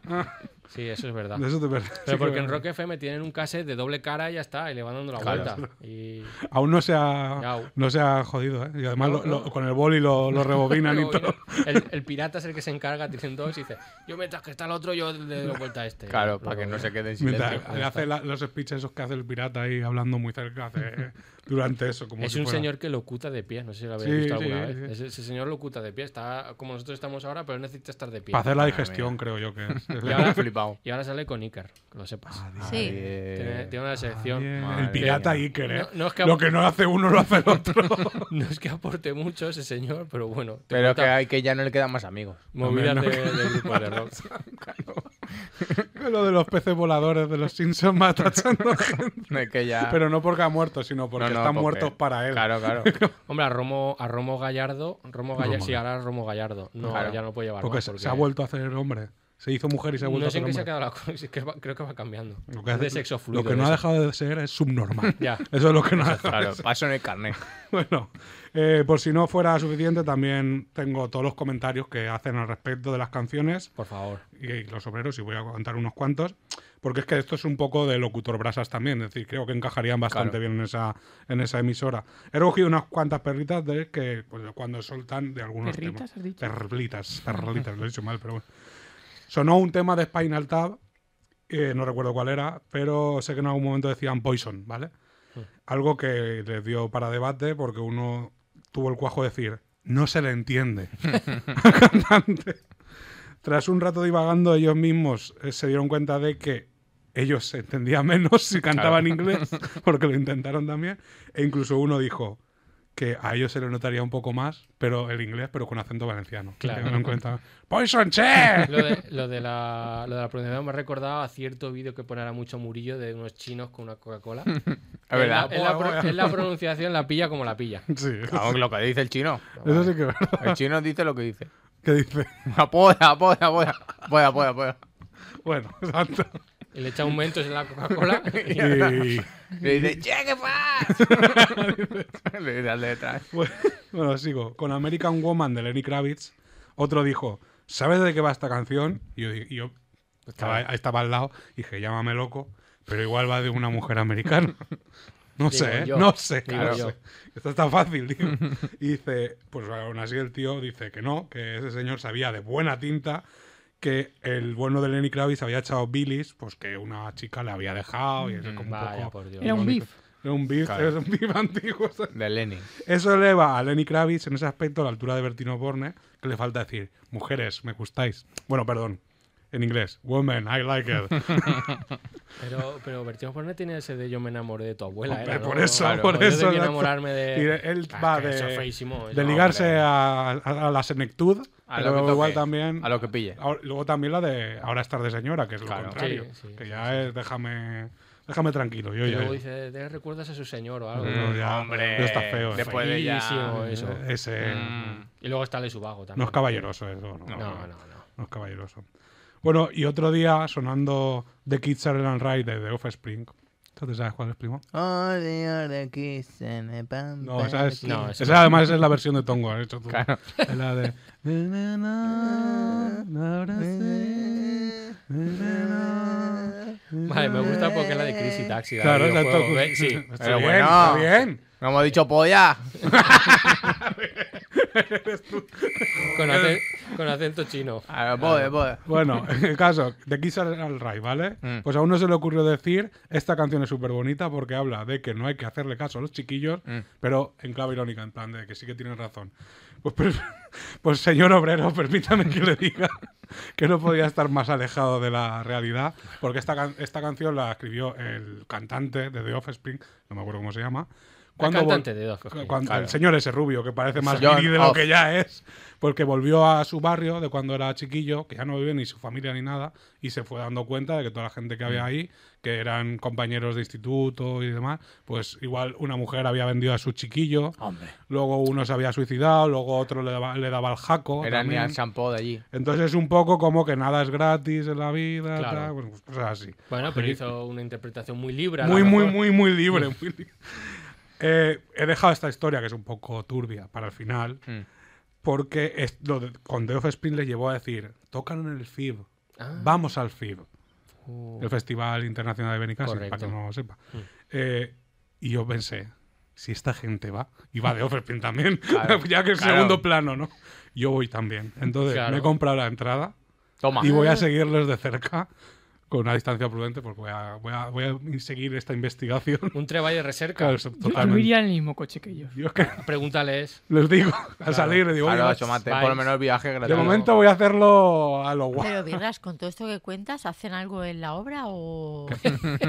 Speaker 4: Sí, eso es verdad.
Speaker 3: De eso te per- sí que
Speaker 4: Pero porque en
Speaker 3: me-
Speaker 4: Rock FM tienen un cassette de doble cara y ya está, y le van dando la
Speaker 2: Claro.
Speaker 4: vuelta. Y
Speaker 3: Aún no se ha,
Speaker 4: Yao.
Speaker 3: no se ha jodido, ¿eh? Y además lo- lo- con el boli lo, lo rebobinan y
Speaker 4: Luego
Speaker 3: todo.
Speaker 4: viene- el, el pirata es el que se encarga, tienen dos y dice, yo mientras que está el otro, yo le doy la vuelta a este.
Speaker 2: Claro,
Speaker 4: Y
Speaker 2: para que
Speaker 4: luego
Speaker 2: no se queden sin
Speaker 3: Mientras le hace la- los speeches esos que hace el pirata ahí hablando muy cerca hace- durante eso. Como
Speaker 4: Es
Speaker 3: si
Speaker 4: un
Speaker 3: fuera-
Speaker 4: señor que locuta de pie, no sé si lo habéis
Speaker 3: Sí,
Speaker 4: visto
Speaker 3: sí,
Speaker 4: alguna
Speaker 3: sí.
Speaker 4: vez. Ese, ese señor locuta de pie, está como nosotros estamos ahora, pero él necesita estar de pie.
Speaker 3: Para hacer la digestión, creo yo que es.
Speaker 4: Y ahora,
Speaker 2: flipado.
Speaker 4: y ahora sale con Icar, que lo sepas.
Speaker 6: Sí.
Speaker 4: tiene,
Speaker 2: Eh,
Speaker 4: tiene una sección.
Speaker 3: el
Speaker 2: Madre
Speaker 3: pirata
Speaker 2: mía.
Speaker 3: Iker, ¿eh?
Speaker 4: No- no es que-
Speaker 3: Lo que no hace uno lo hace el otro.
Speaker 4: No es que aporte mucho ese señor, pero bueno. te
Speaker 2: Pero que
Speaker 4: cuenta
Speaker 2: hay que ya no le quedan más amigos.
Speaker 4: Movidas
Speaker 3: Hombre,
Speaker 4: de, de grupo de rock.
Speaker 3: lo de los peces voladores de los Simpsons mata tachando gente.
Speaker 2: No, es que ya.
Speaker 3: Pero no porque ha muerto, sino porque
Speaker 2: No, no,
Speaker 3: están
Speaker 2: porque-
Speaker 3: muertos para él.
Speaker 2: Claro, claro. Pues
Speaker 4: Hombre, a Romo, a Romo Gallardo. Romo Gallardo. Sí, ahora es Romo Gallardo. No,
Speaker 2: Claro.
Speaker 4: ya no puede llevar.
Speaker 3: porque,
Speaker 4: más,
Speaker 3: se- se ha vuelto a hacer hombre. Se hizo mujer y se ha vuelto
Speaker 4: No
Speaker 3: a
Speaker 4: sé en qué
Speaker 3: hacer
Speaker 4: se ha
Speaker 3: hombre.
Speaker 4: quedado la cosa. es que va- creo que va cambiando.
Speaker 3: Lo
Speaker 4: Es
Speaker 3: hace-
Speaker 4: de sexo
Speaker 3: lo
Speaker 4: fluido.
Speaker 3: que no ha
Speaker 4: eso.
Speaker 3: dejado de ser es subnormal.
Speaker 4: Ya.
Speaker 3: Eso es lo que no ha dejado de
Speaker 2: Claro, paso en el carnet.
Speaker 3: Bueno, eh, por si no fuera suficiente, también tengo todos los comentarios que hacen al respecto de las canciones
Speaker 4: Por favor.
Speaker 3: y, y los obreros, y voy a contar unos cuantos, porque es que esto es un poco de locutor brasas también, es decir, creo que encajarían bastante
Speaker 2: Claro.
Speaker 3: bien en esa, en esa emisora. He cogido unas cuantas perritas de que pues, cuando soltan de algunos
Speaker 5: ¿Perritas,
Speaker 3: temas.
Speaker 5: has dicho?
Speaker 3: Perlitas, perlitas, lo he dicho mal, pero bueno. Sonó un tema de Spinal Tap, eh, no recuerdo cuál era, pero sé que en algún momento decían Poison, ¿vale? Algo que les dio para debate porque uno tuvo el cuajo de decir, no se le entiende al cantante. Tras un rato divagando, ellos mismos eh, se dieron cuenta de que ellos se entendían menos si cantaban inglés, porque lo intentaron también. E incluso uno dijo, que a ellos se les notaría un poco más, pero el inglés, pero con acento valenciano.
Speaker 4: Claro.
Speaker 3: Teniendo en cuenta. ¡Poison Che!
Speaker 4: Lo de, lo de la, lo de la pronunciación me ha recordado a cierto vídeo que ponera mucho Murillo de unos chinos con una Coca-Cola.
Speaker 2: Es verdad.
Speaker 4: En la, en la pro- en la pronunciación la pilla como la pilla.
Speaker 3: Sí,
Speaker 2: Cabrón, lo que dice el chino.
Speaker 3: eso sí que es verdad.
Speaker 2: El chino dice lo que dice.
Speaker 3: ¿Qué dice?
Speaker 2: Apoya, apoya, apoya. Apoya, apoya, apoya.
Speaker 3: Bueno, exacto.
Speaker 4: Y le echa un mentos en la Coca-Cola. y-
Speaker 3: Y-
Speaker 2: Le dice, che, ¿qué pasa? Le dice al de detrás.
Speaker 3: Bueno, Pues, bueno, sigo. Con American Woman de Lenny Kravitz, otro dijo, ¿sabes de qué va esta canción? Y yo, di- y yo estaba, estaba al lado y dije, llámame loco, pero igual va de una mujer americana. No
Speaker 4: Digo
Speaker 3: sé, ¿eh?
Speaker 4: yo,
Speaker 3: no sé,
Speaker 4: digo
Speaker 3: no
Speaker 4: yo.
Speaker 3: sé. Esto está fácil, digo. Y dice, pues aún así el tío dice que no, que ese señor sabía de buena tinta que el bueno de Lenny Kravitz había echado bilis, pues que una chica le había dejado y es como un
Speaker 4: Mm, Vaya, pues,
Speaker 3: poco-
Speaker 4: por Dios.
Speaker 5: Era un beef.
Speaker 3: Era un beef,
Speaker 2: Claro.
Speaker 3: es un beef antiguo. o sea,
Speaker 2: De Lenin.
Speaker 3: eso eleva a Lenny Kravitz en ese aspecto a la altura de Bertino Borne, que le falta decir, mujeres, me gustáis. Bueno, perdón, en inglés, women, I like it.
Speaker 4: Pero, pero Bertín Forné tiene ese de yo me enamoré de tu abuela.
Speaker 3: Hombre,
Speaker 4: era, ¿no?
Speaker 3: por eso,
Speaker 4: Claro,
Speaker 3: por
Speaker 4: yo
Speaker 3: eso.
Speaker 4: debí
Speaker 3: exacto.
Speaker 4: enamorarme de...
Speaker 3: Y él
Speaker 4: Ah,
Speaker 3: va
Speaker 4: que
Speaker 3: de,
Speaker 4: eso es feísimo, ¿eh?
Speaker 3: de
Speaker 4: eso.
Speaker 3: ligarse a, a- a la senectud,
Speaker 2: A lo
Speaker 3: pero
Speaker 2: que toque,
Speaker 3: igual también... Ah.
Speaker 2: a lo que pille.
Speaker 3: ahora- luego también la de ahora estar de señora, que es lo
Speaker 2: Claro.
Speaker 3: contrario.
Speaker 4: Sí, sí,
Speaker 3: que
Speaker 4: sí,
Speaker 3: ya es déjame, déjame tranquilo. Yo,
Speaker 4: Y
Speaker 3: ya-
Speaker 4: luego dice, "Te recuerdas a su señor o algo.
Speaker 3: Mm, ya-
Speaker 2: hombre.
Speaker 3: ya está feo. eh.
Speaker 2: Después de ya-
Speaker 4: Feísimo eso.
Speaker 3: Ese...
Speaker 2: Mm.
Speaker 4: Y luego está el de su vago también.
Speaker 3: No es caballeroso eso.
Speaker 4: No, no, no.
Speaker 3: No es caballeroso. Bueno, y otro día sonando The Kids Are and Ride de The Offspring. ¿Tú te sabes cuál es, primo? No, esa es.
Speaker 4: No,
Speaker 3: esa
Speaker 4: esa no.
Speaker 3: además es la versión de Tongo, has hecho tú.
Speaker 2: Claro.
Speaker 3: Es la de.
Speaker 4: Vale, me gusta porque es la de Chris y Taxi. la
Speaker 3: Claro,
Speaker 4: del
Speaker 3: exacto. pues,
Speaker 4: videojuego, ¿ves? Sí.
Speaker 3: Está
Speaker 2: Pero
Speaker 3: bien,
Speaker 2: bueno.
Speaker 3: está bien.
Speaker 2: No hemos dicho polla.
Speaker 4: Con, acen- con acento chino.
Speaker 2: A ver, polla, polla.
Speaker 3: Bueno, el caso, The Kids Are All Right, ¿vale?
Speaker 2: Mm.
Speaker 3: Pues a uno se le ocurrió decir, esta canción es súper bonita porque habla de que no hay que hacerle caso a los chiquillos,
Speaker 4: Mm.
Speaker 3: pero en clave irónica, en plan de que sí que tienen razón. Pues, per- pues señor obrero, permítame que le diga que no podía estar más alejado de la realidad, porque esta, can- esta canción la escribió el cantante de The Offspring, no me acuerdo cómo se llama. vol-
Speaker 4: cantante de The Offspring,
Speaker 3: cuando-
Speaker 2: claro.
Speaker 3: El señor ese rubio, que parece más
Speaker 2: Señor
Speaker 3: guiri de lo
Speaker 2: Off.
Speaker 3: que ya es, porque volvió a su barrio de cuando era chiquillo, que ya no vive ni su familia ni nada, y se fue dando cuenta de que toda la gente que
Speaker 2: Mm.
Speaker 3: había ahí, que eran compañeros de instituto y demás, pues igual una mujer había vendido a su chiquillo, luego uno se había suicidado, luego otro le daba, le daba el jaco.
Speaker 2: Era ni
Speaker 3: también.
Speaker 2: al champó de allí.
Speaker 3: Entonces es un poco como que nada es gratis en la vida,
Speaker 4: Claro.
Speaker 3: tal, bueno, pues cosas así.
Speaker 4: Bueno, pero hizo una interpretación muy libre. a lo
Speaker 3: Muy, muy,
Speaker 4: mejor. Mm.
Speaker 3: muy, muy libre. muy libre. Eh, he dejado esta historia, que es un poco turbia, para el final,
Speaker 4: Mm.
Speaker 3: porque es, lo de- con The Offspring le llevó a decir, tocan en el FIB,
Speaker 4: Ah.
Speaker 3: vamos al FIB,
Speaker 4: Uh,
Speaker 3: el Festival Internacional de Benicassim, para que
Speaker 4: Correcto. Mm.
Speaker 3: no lo sepa. Eh, y yo pensé, si esta gente va, y va The Offspring también,
Speaker 2: Claro,
Speaker 3: ya que es
Speaker 2: claro.
Speaker 3: segundo plano, ¿no? Yo voy también. Entonces
Speaker 4: Claro.
Speaker 3: me he comprado la entrada
Speaker 2: Toma.
Speaker 3: y voy a seguirles de cerca con una distancia prudente porque voy a, voy a, voy a seguir esta investigación.
Speaker 4: un treballo de recerca.
Speaker 3: Claro, eso,
Speaker 5: Yo, yo
Speaker 3: totalmente.
Speaker 5: iría en el mismo coche que ellos.
Speaker 3: Yo es que
Speaker 4: Pregúntales.
Speaker 3: les digo, al salir, les digo,
Speaker 2: Claro,
Speaker 3: "Oye,
Speaker 2: asómate,
Speaker 4: vais.
Speaker 2: por lo menos el viaje gratis.
Speaker 3: de momento voy a hacerlo a lo guay.
Speaker 6: Pero Virras, con todo esto que cuentas, ¿hacen algo en la obra o...?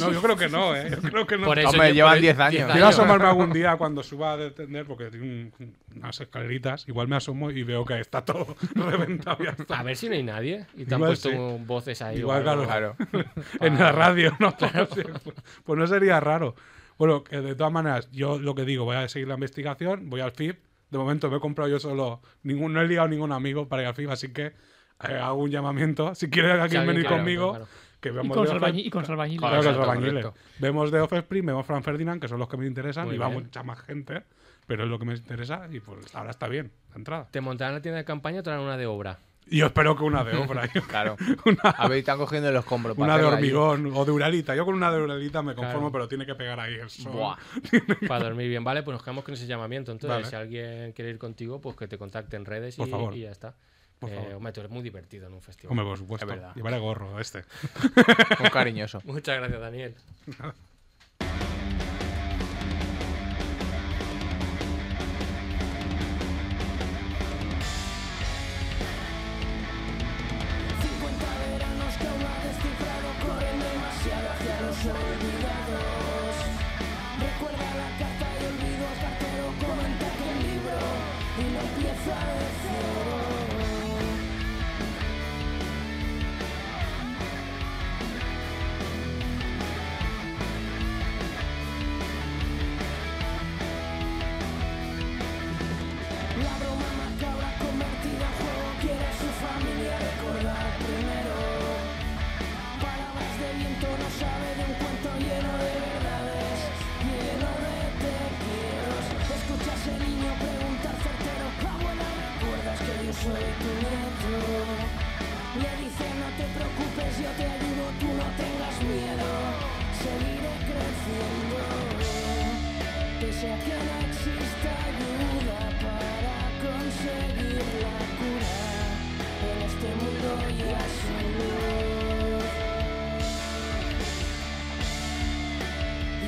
Speaker 3: No, yo creo que no, ¿eh? Yo creo que no.
Speaker 4: Por eso
Speaker 2: Hombre,
Speaker 4: yo-
Speaker 2: llevan
Speaker 4: por-
Speaker 2: 10 años.
Speaker 3: Quiero asomarme algún día cuando suba a detener, porque tiene un- unas escaleritas. Igual me asomo y veo que está todo reventado. ya está.
Speaker 4: A ver si no hay nadie. Y te han
Speaker 3: Igual
Speaker 4: puesto
Speaker 3: sí.
Speaker 4: voces ahí. o
Speaker 3: Igual,
Speaker 4: algo.
Speaker 3: claro.
Speaker 2: Claro.
Speaker 3: en la radio, ¿no? Sí, pues- pues no sería raro. Bueno, que de todas maneras, yo lo que digo, voy a seguir la investigación, voy al FIB. De momento me he comprado yo solo, ningún, no he ligado ningún amigo para ir al FIB, así que eh, hago un llamamiento. Si quiere alguien
Speaker 4: alguien,
Speaker 3: venir
Speaker 4: claro,
Speaker 3: conmigo,
Speaker 4: claro.
Speaker 3: que
Speaker 5: Y
Speaker 3: veamos
Speaker 5: con,
Speaker 3: The Offer-
Speaker 5: Salvañi- y con Salvañil.
Speaker 3: Claro, que
Speaker 4: Exacto,
Speaker 3: los albañiles.
Speaker 4: correcto.
Speaker 3: Vemos de Offspring, vemos Fran Ferdinand, que son los que me interesan,
Speaker 4: Muy
Speaker 3: y va
Speaker 4: bien.
Speaker 3: mucha más gente, pero es lo que me interesa, y pues ahora está bien, la entrada.
Speaker 4: Te montarán la tienda de campaña o te harán una de obra.
Speaker 3: Y yo espero que una de obra. yo-
Speaker 2: Claro.
Speaker 3: una
Speaker 2: A ver, están cogiendo los escombros. para
Speaker 3: una de
Speaker 2: hacerla allí.
Speaker 3: hormigón o de uralita. Yo con una de uralita me conformo,
Speaker 4: Claro.
Speaker 3: pero tiene que pegar ahí el sol.
Speaker 2: Buah.
Speaker 4: Para dormir bien, vale, pues nos quedamos con ese llamamiento. Entonces,
Speaker 3: Vale.
Speaker 4: si alguien quiere ir contigo, pues que te contacte en redes
Speaker 3: Por
Speaker 4: y,
Speaker 3: favor.
Speaker 4: y ya está.
Speaker 3: Por
Speaker 4: Eh,
Speaker 3: favor.
Speaker 4: Hombre, tú eres muy divertido en un festival.
Speaker 3: Hombre, por supuesto.
Speaker 2: Es verdad.
Speaker 3: Llevaré gorro este.
Speaker 2: Un cariñoso.
Speaker 4: Muchas gracias, Daniel.
Speaker 8: Recuerda la carta y olvido al cartero yo soy tu loco. Le dice no te preocupes, yo te ayudo, tú no tengas miedo. Seguiré creciendo. Pese a que no exista ayuda para conseguir la cura. En este mundo ya su luz.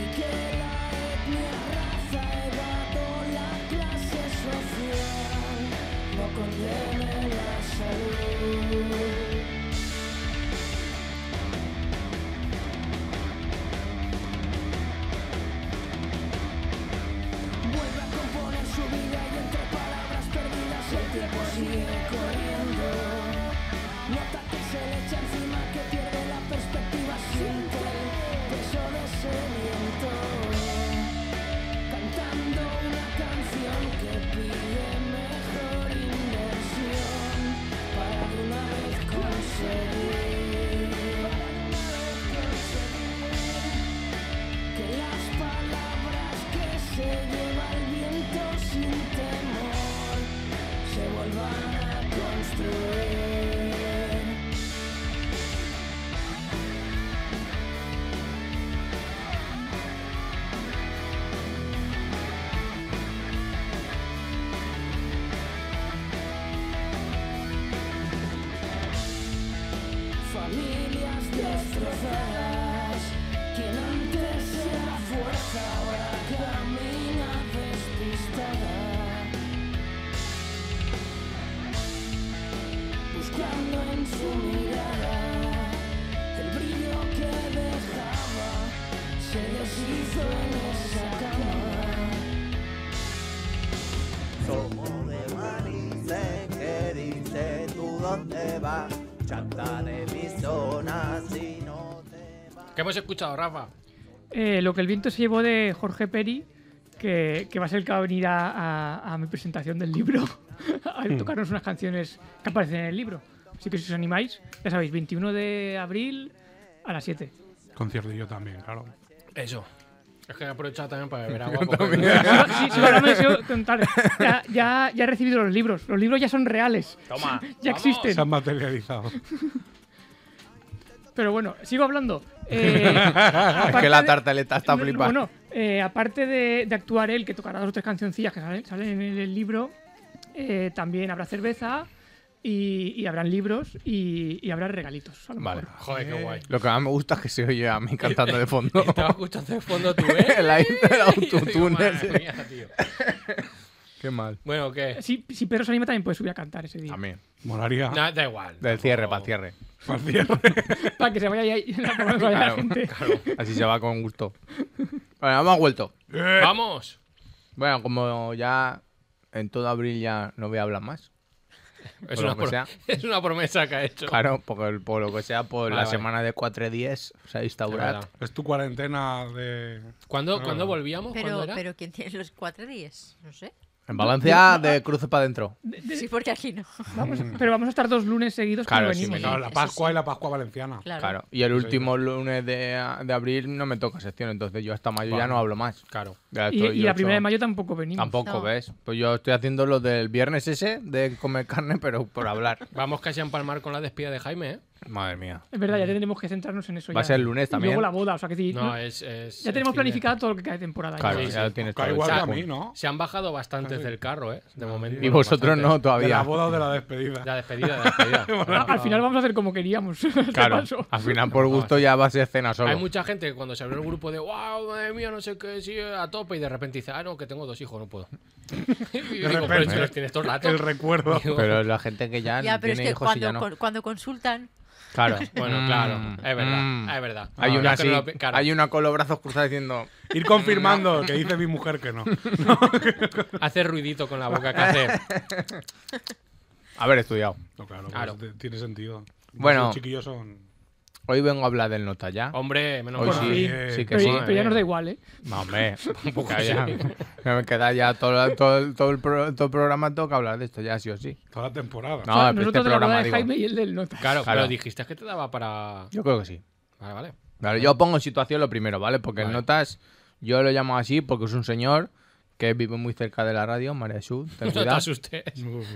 Speaker 8: Y que la etnia, raza, edad o la clase social no condene la salud. Vuelve a componer su vida y entre palabras perdidas el tiempo sigue corriendo. Nota que se le echa encima, que pierde la perspectiva, siente el peso de ese viento cantando una canción que pide mejor inversión para de una vez conseguir que las palabras que se lleva el viento sin temor se vuelvan a construir. familias destrozadas. Quien antes era fuerza ahora camina despistada. Buscando en su mirada el brillo que dejaba, se deshizo en esa cama.
Speaker 9: Somos de Manice, que dice tú dónde vas. Chanta de mis zonas si no te vas.
Speaker 4: ¿Qué hemos escuchado, Rafa?
Speaker 5: Eh, lo que el viento se llevó de Jorge Peri, que, que va a ser el que va a venir a, a- a mi presentación del libro, a tocarnos unas canciones que aparecen en el libro. Así que si os animáis, ya sabéis, 21 de abril a las 7.
Speaker 3: Concierto yo también, claro.
Speaker 4: Eso. Es que he aprovechado también para beber agua.
Speaker 5: Sí, sí, ahora me deseo contar. Ya, ya, ya he recibido los libros. Los libros ya son reales.
Speaker 4: Toma.
Speaker 5: Ya
Speaker 4: vamos.
Speaker 5: existen.
Speaker 3: Se han materializado.
Speaker 5: Pero bueno, sigo hablando. Eh,
Speaker 2: Es
Speaker 5: aparte
Speaker 2: que la
Speaker 5: de-
Speaker 2: tartaleta está
Speaker 5: No, no,
Speaker 2: flipada.
Speaker 5: Bueno, eh, aparte de, de actuar él, que tocará dos o tres cancioncillas que salen, salen en el libro, eh, también habrá cerveza y, y habrán libros y, y habrá regalitos. a lo
Speaker 2: Vale.
Speaker 5: mejor.
Speaker 4: Joder, qué guay.
Speaker 2: Lo que más me gusta es que se oye a mí cantando de fondo.
Speaker 4: Estaba escuchando de fondo tu ¿eh?
Speaker 2: La intro del
Speaker 4: Y yo digo,
Speaker 2: autotune.
Speaker 4: madre
Speaker 2: ese.
Speaker 4: mía, tío.
Speaker 2: Qué mal.
Speaker 4: Bueno, ¿qué?
Speaker 5: Si, si Pedro se anima, también puede subir a cantar ese día.
Speaker 2: También.
Speaker 3: Molaría.
Speaker 4: Nah, da igual.
Speaker 2: Del cierre,
Speaker 4: tampoco.
Speaker 2: para cierre.
Speaker 3: Para cierre.
Speaker 5: Para que se vaya ahí la, para que vaya la
Speaker 2: Claro,
Speaker 5: gente.
Speaker 2: Así se va con gusto. Bueno, hemos vuelto.
Speaker 4: Vamos.
Speaker 2: Bueno, como ya en todo abril ya no voy a hablar más.
Speaker 4: Es
Speaker 2: Por lo
Speaker 4: una,
Speaker 2: que sea.
Speaker 4: pro- es una promesa que ha hecho.
Speaker 2: Claro, porque el- por lo que sea, por
Speaker 4: Vale,
Speaker 2: la
Speaker 4: vale.
Speaker 2: semana de 4 y 10 se ha
Speaker 4: Es
Speaker 2: instaurado.
Speaker 4: verdad.
Speaker 3: Es tu cuarentena de.
Speaker 4: ¿Cuándo,
Speaker 2: Ah.
Speaker 4: ¿cuándo volvíamos? ¿Cuándo
Speaker 6: Pero,
Speaker 4: era?
Speaker 6: pero ¿quién tiene los cuatro días? No sé.
Speaker 2: En Valencia, de cruce para adentro.
Speaker 5: De- de-
Speaker 6: Sí, porque aquí no.
Speaker 5: vamos- pero vamos a estar dos lunes seguidos que
Speaker 2: Claro,
Speaker 5: no
Speaker 2: sí,
Speaker 5: venimos.
Speaker 2: me
Speaker 3: Claro,
Speaker 2: cago
Speaker 3: la
Speaker 6: eso
Speaker 3: Pascua y la Pascua valenciana.
Speaker 6: Claro.
Speaker 2: Claro. Y el último lunes de, de abril no me toca sección, entonces yo hasta mayo ya no hablo más.
Speaker 4: Claro.
Speaker 2: Ya
Speaker 5: Y,
Speaker 2: estoy
Speaker 5: y la
Speaker 2: hecho-
Speaker 5: primera de mayo tampoco venimos.
Speaker 2: Tampoco,
Speaker 6: No.
Speaker 2: ¿ves? Pues yo estoy haciendo lo del viernes ese de comer carne, pero por hablar.
Speaker 4: Vamos casi a empalmar con la despida de Jaime, ¿eh?
Speaker 2: Madre mía.
Speaker 5: Es verdad, ya tendremos que centrarnos en eso.
Speaker 2: Mm. Va a
Speaker 5: ya.
Speaker 2: ser el lunes
Speaker 5: Y
Speaker 2: también.
Speaker 5: luego la boda, o sea que sí,
Speaker 4: No,
Speaker 5: ¿no?
Speaker 4: es. es-
Speaker 5: ya
Speaker 4: es fin
Speaker 5: tenemos
Speaker 4: de-
Speaker 5: planificado todo lo que cae de temporada. ya.
Speaker 4: Sí,
Speaker 2: Claro, ya pues,
Speaker 4: sí.
Speaker 2: lo tienes
Speaker 3: Cae
Speaker 2: todo
Speaker 3: igual que
Speaker 2: hecho.
Speaker 3: a mí, ¿no?
Speaker 4: Se han bajado
Speaker 2: Ah,
Speaker 4: bastantes del carro, ¿eh? De momento.
Speaker 2: Y vosotros
Speaker 4: Bastantes.
Speaker 2: no,
Speaker 3: De la
Speaker 2: todavía.
Speaker 3: boda o de la despedida.
Speaker 4: La despedida, la despedida.
Speaker 5: Ah, al final vamos a hacer como queríamos. de
Speaker 2: Claro,
Speaker 5: paso.
Speaker 2: al final por gusto ya va a ser cena solo.
Speaker 4: Hay mucha gente que cuando se abrió el grupo de wow, madre mía, no sé qué, sí, a tope, y de repente dice, ah, no, que tengo dos hijos, no puedo. Y digo, pero
Speaker 3: repente.
Speaker 4: si los tienes todo el rato.
Speaker 3: El recuerdo.
Speaker 4: Digo,
Speaker 2: ¿eh? Pero la gente que ya,
Speaker 6: Ya, pero es
Speaker 2: tiene
Speaker 6: que
Speaker 2: hijos y ya
Speaker 6: cuando,
Speaker 2: no.
Speaker 6: con- cuando consultan,
Speaker 2: Claro.
Speaker 4: Bueno,
Speaker 2: Mm,
Speaker 4: claro, es verdad,
Speaker 2: mm.
Speaker 4: es verdad.
Speaker 2: Hay,
Speaker 4: No,
Speaker 2: una
Speaker 4: es que
Speaker 2: así,
Speaker 4: no lo pi- claro.
Speaker 2: hay una con los brazos cruzados diciendo...
Speaker 3: Ir confirmando que dice mi mujer que no.
Speaker 4: Hace ruidito con la boca que hace.
Speaker 2: Haber estudiado.
Speaker 3: No, claro,
Speaker 4: Claro.
Speaker 3: pues, t- tiene sentido.
Speaker 2: Bueno.
Speaker 3: Los chiquillos son.
Speaker 2: Hoy vengo a hablar del nota ya.
Speaker 4: Hombre, menos
Speaker 2: Hoy
Speaker 4: mal.
Speaker 2: sí,
Speaker 3: fin.
Speaker 2: sí que
Speaker 5: Pero,
Speaker 2: sí.
Speaker 5: pero ya nos da igual, ¿eh?
Speaker 2: No, hombre, que ya- que me queda ya todo, todo, el- todo el pro- todo el programa tengo que hablar de esto ya sí o sí.
Speaker 3: Toda la temporada.
Speaker 2: No,
Speaker 5: O sea,
Speaker 2: pero
Speaker 5: nosotros
Speaker 2: este
Speaker 5: de la boda
Speaker 2: programa
Speaker 5: de
Speaker 2: digo,
Speaker 5: Jaime y el del Notas.
Speaker 4: Claro,
Speaker 2: Claro.
Speaker 4: pero dijiste que te daba para.
Speaker 2: Yo creo que sí.
Speaker 4: Vale, vale.
Speaker 2: Vale, yo pongo en situación lo primero, ¿vale? Porque el
Speaker 4: Vale.
Speaker 2: Notas, yo lo llamo así porque es un señor que vive muy cerca de la radio, María Sud, ten
Speaker 4: No te
Speaker 2: cuidado,
Speaker 4: asustes.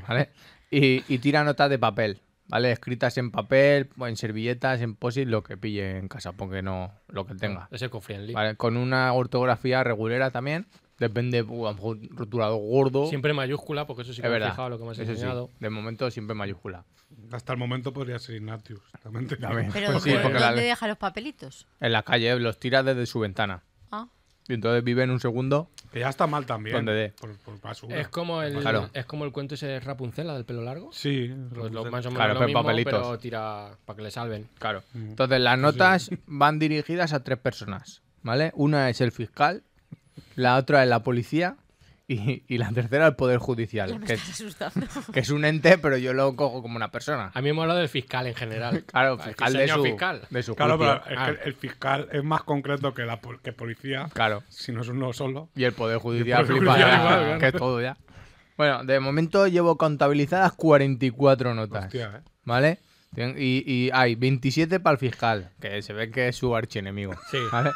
Speaker 2: ¿vale? Y, y tira notas de papel, ¿vale? Escritas en papel, en servilletas, en posit, lo que pille en casa, porque no, lo que tenga.
Speaker 4: Es eco-friendly.
Speaker 2: ¿Vale? Con una ortografía regulera también. Depende, uh, a lo mejor rotulador gordo.
Speaker 4: Siempre en mayúscula, porque eso sí que
Speaker 2: es
Speaker 4: me he
Speaker 2: verdad.
Speaker 4: fijado lo que me has
Speaker 2: eso sí,
Speaker 4: enseñado.
Speaker 2: De momento siempre mayúscula.
Speaker 3: Hasta el momento podría ser Ignatius. También te digo.
Speaker 2: También.
Speaker 6: Pero
Speaker 2: Pues sí,
Speaker 6: ¿dó-
Speaker 2: porque
Speaker 6: ¿dónde
Speaker 2: la-
Speaker 6: deja los papelitos?
Speaker 2: En la calle los tira desde su ventana.
Speaker 6: Ah,
Speaker 2: Y entonces vive en un segundo.
Speaker 3: Que ya está mal también.
Speaker 2: Donde dé.
Speaker 3: Por, por basura.
Speaker 4: Es como, el,
Speaker 2: Claro.
Speaker 4: es como el cuento ese de Rapunzel, la del pelo largo.
Speaker 3: Sí.
Speaker 4: Pues lo, más o menos
Speaker 2: Claro,
Speaker 4: lo
Speaker 2: pero
Speaker 4: mismo,
Speaker 2: papelitos.
Speaker 4: pero tira para que le salven.
Speaker 2: Claro.
Speaker 4: Mm.
Speaker 2: Entonces las notas van dirigidas a tres personas, ¿vale? Una es el fiscal, la otra es la policía y, y la tercera el Poder
Speaker 6: ya
Speaker 2: Judicial,
Speaker 6: me
Speaker 2: que,
Speaker 6: estás asustando.
Speaker 2: que es un ente, pero yo lo cojo como una persona.
Speaker 4: A mí me habla del fiscal en general.
Speaker 2: Claro,
Speaker 4: Ah,
Speaker 2: fiscal
Speaker 4: que
Speaker 2: de
Speaker 4: señor
Speaker 2: su,
Speaker 4: fiscal.
Speaker 2: de su
Speaker 3: Claro, pero eh,
Speaker 2: juicio.
Speaker 3: es
Speaker 4: Ah.
Speaker 3: que el fiscal es más concreto que la pol- que policía.
Speaker 2: Claro.
Speaker 3: Si no es uno solo.
Speaker 2: Y el Poder Judicial,
Speaker 3: Poder
Speaker 2: flipa,
Speaker 3: Judicial
Speaker 2: ya,
Speaker 3: igual, claro.
Speaker 2: que es todo ya. Bueno, de momento llevo contabilizadas 44 notas.
Speaker 3: Hostia, ¿eh?
Speaker 2: ¿Vale? Tien- Y, y hay 27 para el fiscal, que se ve que es su archienemigo.
Speaker 4: Sí.
Speaker 2: ¿vale?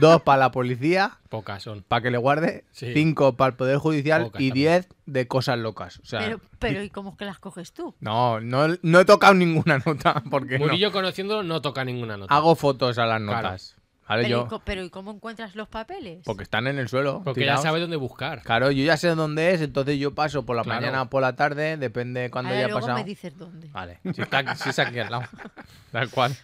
Speaker 2: Dos para la policía,
Speaker 4: Pocas son.
Speaker 2: para que le guarde,
Speaker 4: Sí.
Speaker 2: cinco para el Poder Judicial
Speaker 4: Pocas
Speaker 2: y
Speaker 4: también.
Speaker 2: 10 de cosas locas. O sea,
Speaker 6: Pero, pero ¿y cómo es que las coges tú?
Speaker 2: no, no, no he tocado ninguna nota porque no.
Speaker 4: Murillo conociéndolo no toca ninguna nota.
Speaker 2: hago fotos a las
Speaker 4: Claro.
Speaker 2: notas. ¿Vale?
Speaker 6: Pero,
Speaker 2: Yo,
Speaker 6: ¿y, co- pero ¿y cómo encuentras los papeles?
Speaker 2: porque están en el suelo.
Speaker 4: porque
Speaker 2: tirados.
Speaker 4: ya sabe dónde buscar.
Speaker 2: Claro, yo ya sé dónde es, entonces yo paso por la
Speaker 4: Claro.
Speaker 2: mañana o por la tarde, depende cuando
Speaker 6: Ahora
Speaker 2: haya
Speaker 6: Ah, luego
Speaker 2: pasado.
Speaker 6: me dices dónde.
Speaker 2: Vale, si está, si está aquí al lado. Tal cual.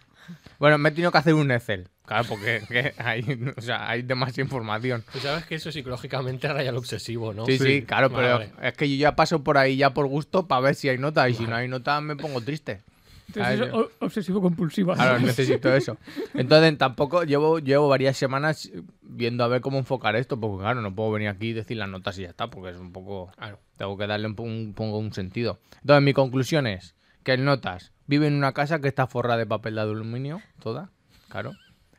Speaker 2: Bueno, me he tenido que hacer un Excel. Claro, porque que hay, o sea, hay demasiada información.
Speaker 4: Tú sabes que eso psicológicamente raya lo obsesivo, ¿no?
Speaker 2: Sí, sí, claro,
Speaker 4: Vale,
Speaker 2: pero
Speaker 4: vale.
Speaker 2: es que yo ya paso por ahí ya por gusto para ver si hay nota. Y si no hay nota, me pongo triste.
Speaker 5: Entonces
Speaker 2: Claro,
Speaker 5: es
Speaker 2: yo-
Speaker 5: o- obsesivo-compulsiva.
Speaker 2: Claro, necesito eso. Entonces, tampoco llevo, llevo varias semanas viendo a ver cómo enfocar esto, porque claro, no puedo venir aquí y decir las notas y ya está, porque es un poco.
Speaker 4: Claro.
Speaker 2: Tengo que darle un, po- un, pongo un sentido. Entonces, mi conclusión es que el Notas vive en una casa que está forrada de papel de aluminio, toda, claro.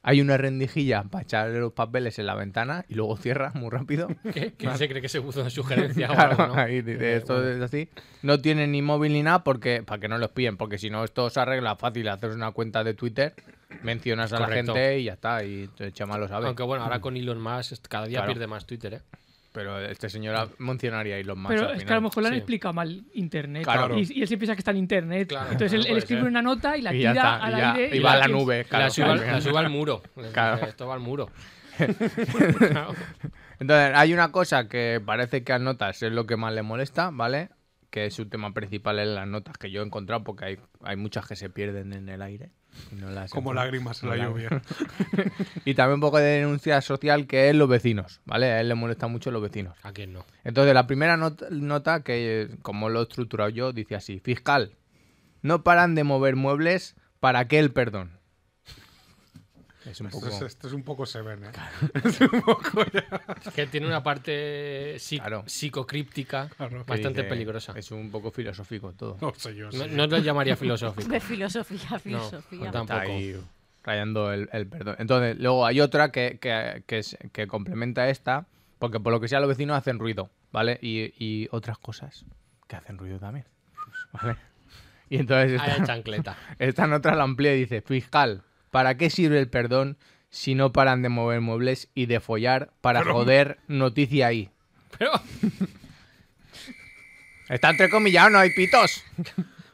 Speaker 2: Hay una rendijilla para echarle los papeles en la ventana y luego cierra muy rápido.
Speaker 4: ¿Qué, qué se cree que se puso una sugerencia
Speaker 2: Claro,
Speaker 4: o algo, no?
Speaker 2: ahí dice,
Speaker 4: Eh,
Speaker 2: esto
Speaker 4: bueno.
Speaker 2: es así. No tiene ni móvil ni nada porque para que no los pillen, porque si no esto se arregla fácil, haces una cuenta de Twitter, mencionas a
Speaker 4: Correcto.
Speaker 2: la gente y ya está, y te echa lo sabe.
Speaker 4: Aunque bueno, ahora con Elon Musk cada día
Speaker 2: Claro.
Speaker 4: pierde más Twitter, ¿eh?
Speaker 2: Pero este señor ha- mencionaría a Elon Musk
Speaker 5: Pero
Speaker 2: al
Speaker 5: es que a lo
Speaker 2: final.
Speaker 5: mejor le han
Speaker 4: sí.
Speaker 5: explicado mal internet.
Speaker 2: Claro.
Speaker 5: Y, y él se piensa que está en internet.
Speaker 4: Claro,
Speaker 5: Entonces
Speaker 4: no
Speaker 5: él, él
Speaker 4: puede
Speaker 5: escribe
Speaker 4: ser.
Speaker 5: una nota y la
Speaker 2: Y ya
Speaker 5: tira
Speaker 2: está,
Speaker 5: al
Speaker 2: y ya-
Speaker 5: aire.
Speaker 2: y va a la
Speaker 5: piensa-
Speaker 2: nube, claro.
Speaker 4: la, suba,
Speaker 2: claro.
Speaker 4: la suba al muro. Les
Speaker 2: Claro.
Speaker 4: dice, Esto va al muro.
Speaker 2: Entonces, hay una cosa que parece que a notas es lo que más le molesta, ¿vale? Que su tema principal es las notas que yo he encontrado, porque hay, hay muchas que se pierden en el aire. y no las
Speaker 3: Como
Speaker 2: encuentro.
Speaker 3: lágrimas en
Speaker 2: No
Speaker 3: la
Speaker 2: las-
Speaker 3: lluvia.
Speaker 2: Y también un poco de denuncia social que es los vecinos, ¿vale? A él le molesta mucho los vecinos.
Speaker 4: ¿A quién no?
Speaker 2: Entonces, la primera not- nota, que eh, como lo he estructurado yo, dice así: Fiscal, no paran de mover muebles para que el perdón. Es un
Speaker 3: Esto
Speaker 2: poco.
Speaker 3: es, esto es un poco Seven, ¿eh?
Speaker 4: Es que tiene una parte psi-
Speaker 2: Claro.
Speaker 4: psicocríptica
Speaker 3: Claro.
Speaker 4: bastante
Speaker 2: Que dice-
Speaker 4: peligrosa.
Speaker 2: Es un poco filosófico todo.
Speaker 3: No sé yo.
Speaker 4: No,
Speaker 3: sí.
Speaker 4: no lo llamaría filosófico.
Speaker 6: Ve filosofía, filosofía.
Speaker 4: no, tampoco.
Speaker 2: Está ahí rayando el, el perdón. Entonces, luego hay otra que, que- que es- que complementa esta, porque por lo que sea los vecinos hacen ruido, ¿vale? Y, y otras cosas que hacen ruido también, ¿vale? Y entonces
Speaker 4: Ah, en
Speaker 2: esta,
Speaker 4: chancleta.
Speaker 2: esta nota la amplía y dice, fiscal, ¿para qué sirve el perdón si no paran de mover muebles y de follar para joder noticia ahí?
Speaker 4: Pero
Speaker 2: Está entrecomillado, no hay pitos.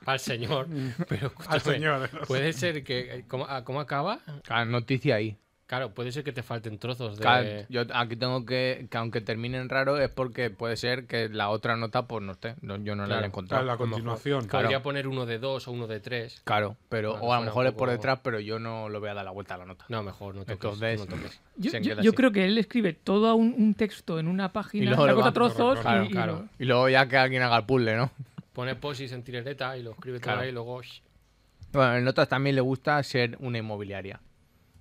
Speaker 4: para el señor.
Speaker 2: Mm.
Speaker 4: Pero escúchame,
Speaker 3: Al señor. ¿eh?
Speaker 4: Puede ser que. ¿Cómo, ah, cómo acaba?
Speaker 2: Claro, noticia ahí.
Speaker 4: Claro, puede ser que te falten trozos de.
Speaker 2: Claro, yo aquí tengo que, que aunque terminen raro es porque puede ser que la otra nota pues no esté, no- yo no
Speaker 4: Claro,
Speaker 2: la he
Speaker 3: Claro,
Speaker 2: encontrado.
Speaker 3: la continuación.
Speaker 2: Claro.
Speaker 4: Podría poner uno de dos o uno de tres.
Speaker 2: Claro, pero
Speaker 4: Vale,
Speaker 2: o a
Speaker 4: suena
Speaker 2: lo mejor
Speaker 4: un
Speaker 2: es por
Speaker 4: poco-
Speaker 2: detrás, pero yo no lo voy a dar la vuelta a la nota.
Speaker 4: No, mejor no toques.
Speaker 2: Entonces,
Speaker 4: no toques.
Speaker 5: Yo,
Speaker 2: se
Speaker 5: yo-
Speaker 2: queda
Speaker 5: yo
Speaker 2: así.
Speaker 5: creo que él escribe todo un, un texto en una página,
Speaker 2: Y luego
Speaker 5: la
Speaker 2: lo
Speaker 5: corta
Speaker 2: va-
Speaker 5: trozos
Speaker 2: claro,
Speaker 5: y, y
Speaker 4: claro.
Speaker 5: lo-
Speaker 2: Y luego ya que alguien haga el puzzle, ¿no?
Speaker 4: Pone posis en tirereta y lo escribe
Speaker 2: Claro.
Speaker 4: todo ahí y luego. shh,
Speaker 2: Bueno, en notas también le gusta ser una inmobiliaria,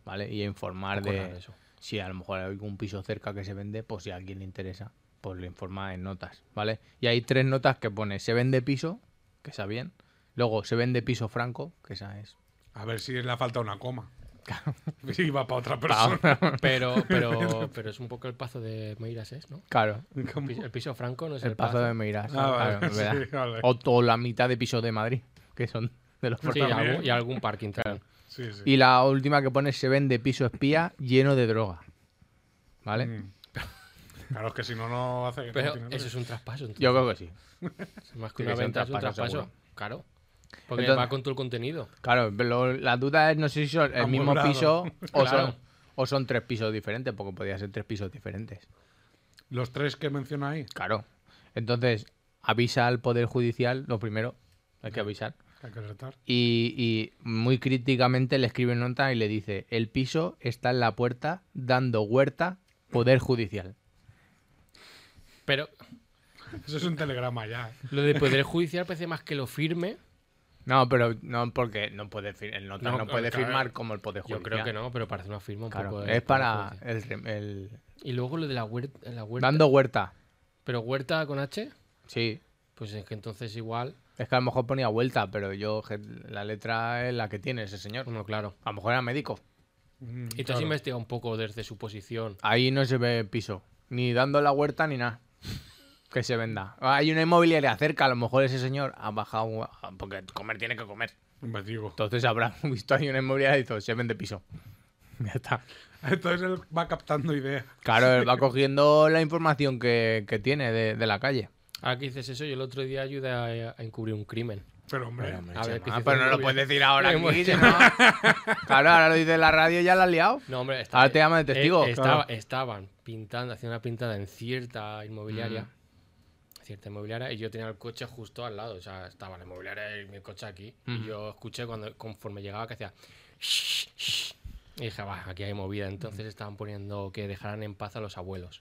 Speaker 2: ¿vale? Y informar
Speaker 4: poco raro
Speaker 2: de
Speaker 4: eso.
Speaker 2: si a lo mejor hay algún piso cerca que se vende, pues si a alguien le interesa, pues lo informa en notas, ¿vale? Y hay tres notas que pone se vende piso, que está bien, luego se vende piso franco, que esa es
Speaker 3: A ver si le ha faltado una coma. Y va para otra persona.
Speaker 4: Pero, pero, pero es un poco el paso de Meiras, ¿es? ¿no?
Speaker 2: Claro,
Speaker 4: El
Speaker 3: Como-
Speaker 4: piso- el piso franco no es el,
Speaker 2: el paso de Meiras.
Speaker 3: Ah, vale,
Speaker 2: claro, es
Speaker 3: sí,
Speaker 2: verdad.
Speaker 3: vale.
Speaker 2: O, o la mitad de pisos de Madrid, que son de los
Speaker 4: Sí, y
Speaker 2: programas.
Speaker 4: algún, y algún parking también.
Speaker 3: Sí, sí.
Speaker 2: Y la última que pone se vende piso espía lleno de droga. ¿Vale?
Speaker 3: Mm. Claro, es que si no, no hace. no
Speaker 4: Pero
Speaker 3: tiene
Speaker 4: eso
Speaker 3: rollo.
Speaker 4: es un traspaso. entonces.
Speaker 2: Yo creo que sí.
Speaker 4: Más que
Speaker 2: Sí,
Speaker 4: una
Speaker 2: que sea un
Speaker 4: venta, es un
Speaker 2: traspaso,
Speaker 4: traspaso.
Speaker 2: seguro.
Speaker 4: Claro. Porque
Speaker 2: Entonces-
Speaker 4: va con todo el contenido.
Speaker 2: Claro, pero la duda es no sé si son el mismo
Speaker 3: Amueblado.
Speaker 2: piso o,
Speaker 4: Claro.
Speaker 2: son, o son tres pisos diferentes, porque podría ser tres pisos diferentes.
Speaker 3: Los tres que menciona ahí.
Speaker 2: Claro. Entonces, avisa al Poder Judicial, lo primero, hay que avisar.
Speaker 3: que Hay que retar.
Speaker 2: Y, y muy críticamente le escribe nota y le dice, el piso está en la puerta dando huerta, Poder Judicial.
Speaker 4: Pero
Speaker 3: Eso es un telegrama ya. ¿eh?
Speaker 4: lo de poder judicial parece más que lo firme.
Speaker 2: No, pero no porque no puede fir- el nota
Speaker 4: No,
Speaker 2: no, puede
Speaker 4: claro.
Speaker 2: firmar como el poder
Speaker 4: Yo
Speaker 2: judicial.
Speaker 4: creo que no, pero parece una firma un
Speaker 2: Claro,
Speaker 4: poco. de-
Speaker 2: es para
Speaker 4: Poder Judicial.
Speaker 2: el, rem- el-
Speaker 4: Y luego lo de la huerta. La huerta
Speaker 2: dando huerta.
Speaker 4: Pero huerta con H,
Speaker 2: Sí,
Speaker 4: pues es que entonces igual.
Speaker 2: es que a lo mejor ponía vuelta, pero yo je- la letra es la que tiene ese señor.
Speaker 4: Bueno, claro.
Speaker 2: A lo mejor era médico.
Speaker 3: Mm,
Speaker 4: Y tú has
Speaker 3: claro.
Speaker 4: investigado un poco desde su posición.
Speaker 2: Ahí no se ve piso, ni dando la huerta ni nada. Que se venda. Hay una inmobiliaria cerca, a lo mejor ese señor ha bajado porque comer tiene que comer.
Speaker 3: Investigo.
Speaker 2: Entonces habrá visto ahí una inmobiliaria y dicho, se vende piso. Ya está.
Speaker 3: Entonces él va captando ideas.
Speaker 2: Claro, él va cogiendo la información que, que tiene de, de la calle.
Speaker 4: Ahora que dices eso, yo el otro día ayudé a, a encubrir un crimen.
Speaker 3: Pero hombre,
Speaker 4: A ver, que
Speaker 2: Ah,
Speaker 4: si
Speaker 2: pero
Speaker 4: fue
Speaker 2: no lo
Speaker 4: muy
Speaker 2: puedes
Speaker 4: bien.
Speaker 2: decir ahora
Speaker 4: Lo hemos
Speaker 2: aquí, si
Speaker 4: hecho.
Speaker 2: no. Claro, ahora lo dices en la radio y ya la has liado.
Speaker 4: No, hombre, Eh,
Speaker 2: Ahora te llaman de testigo.
Speaker 4: estaba- Estaban pintando, haciendo una pintada en cierta inmobiliaria.
Speaker 2: Mm.
Speaker 4: Cierta inmobiliaria, y yo tenía el coche justo al lado. O sea, estaba la inmobiliaria y mi coche aquí. Y
Speaker 2: Mm.
Speaker 4: yo escuché cuando conforme llegaba que hacía. "Shh, shh". Y dije, va, aquí hay movida.
Speaker 2: Mm.
Speaker 4: Entonces estaban poniendo que dejaran en paz a los abuelos.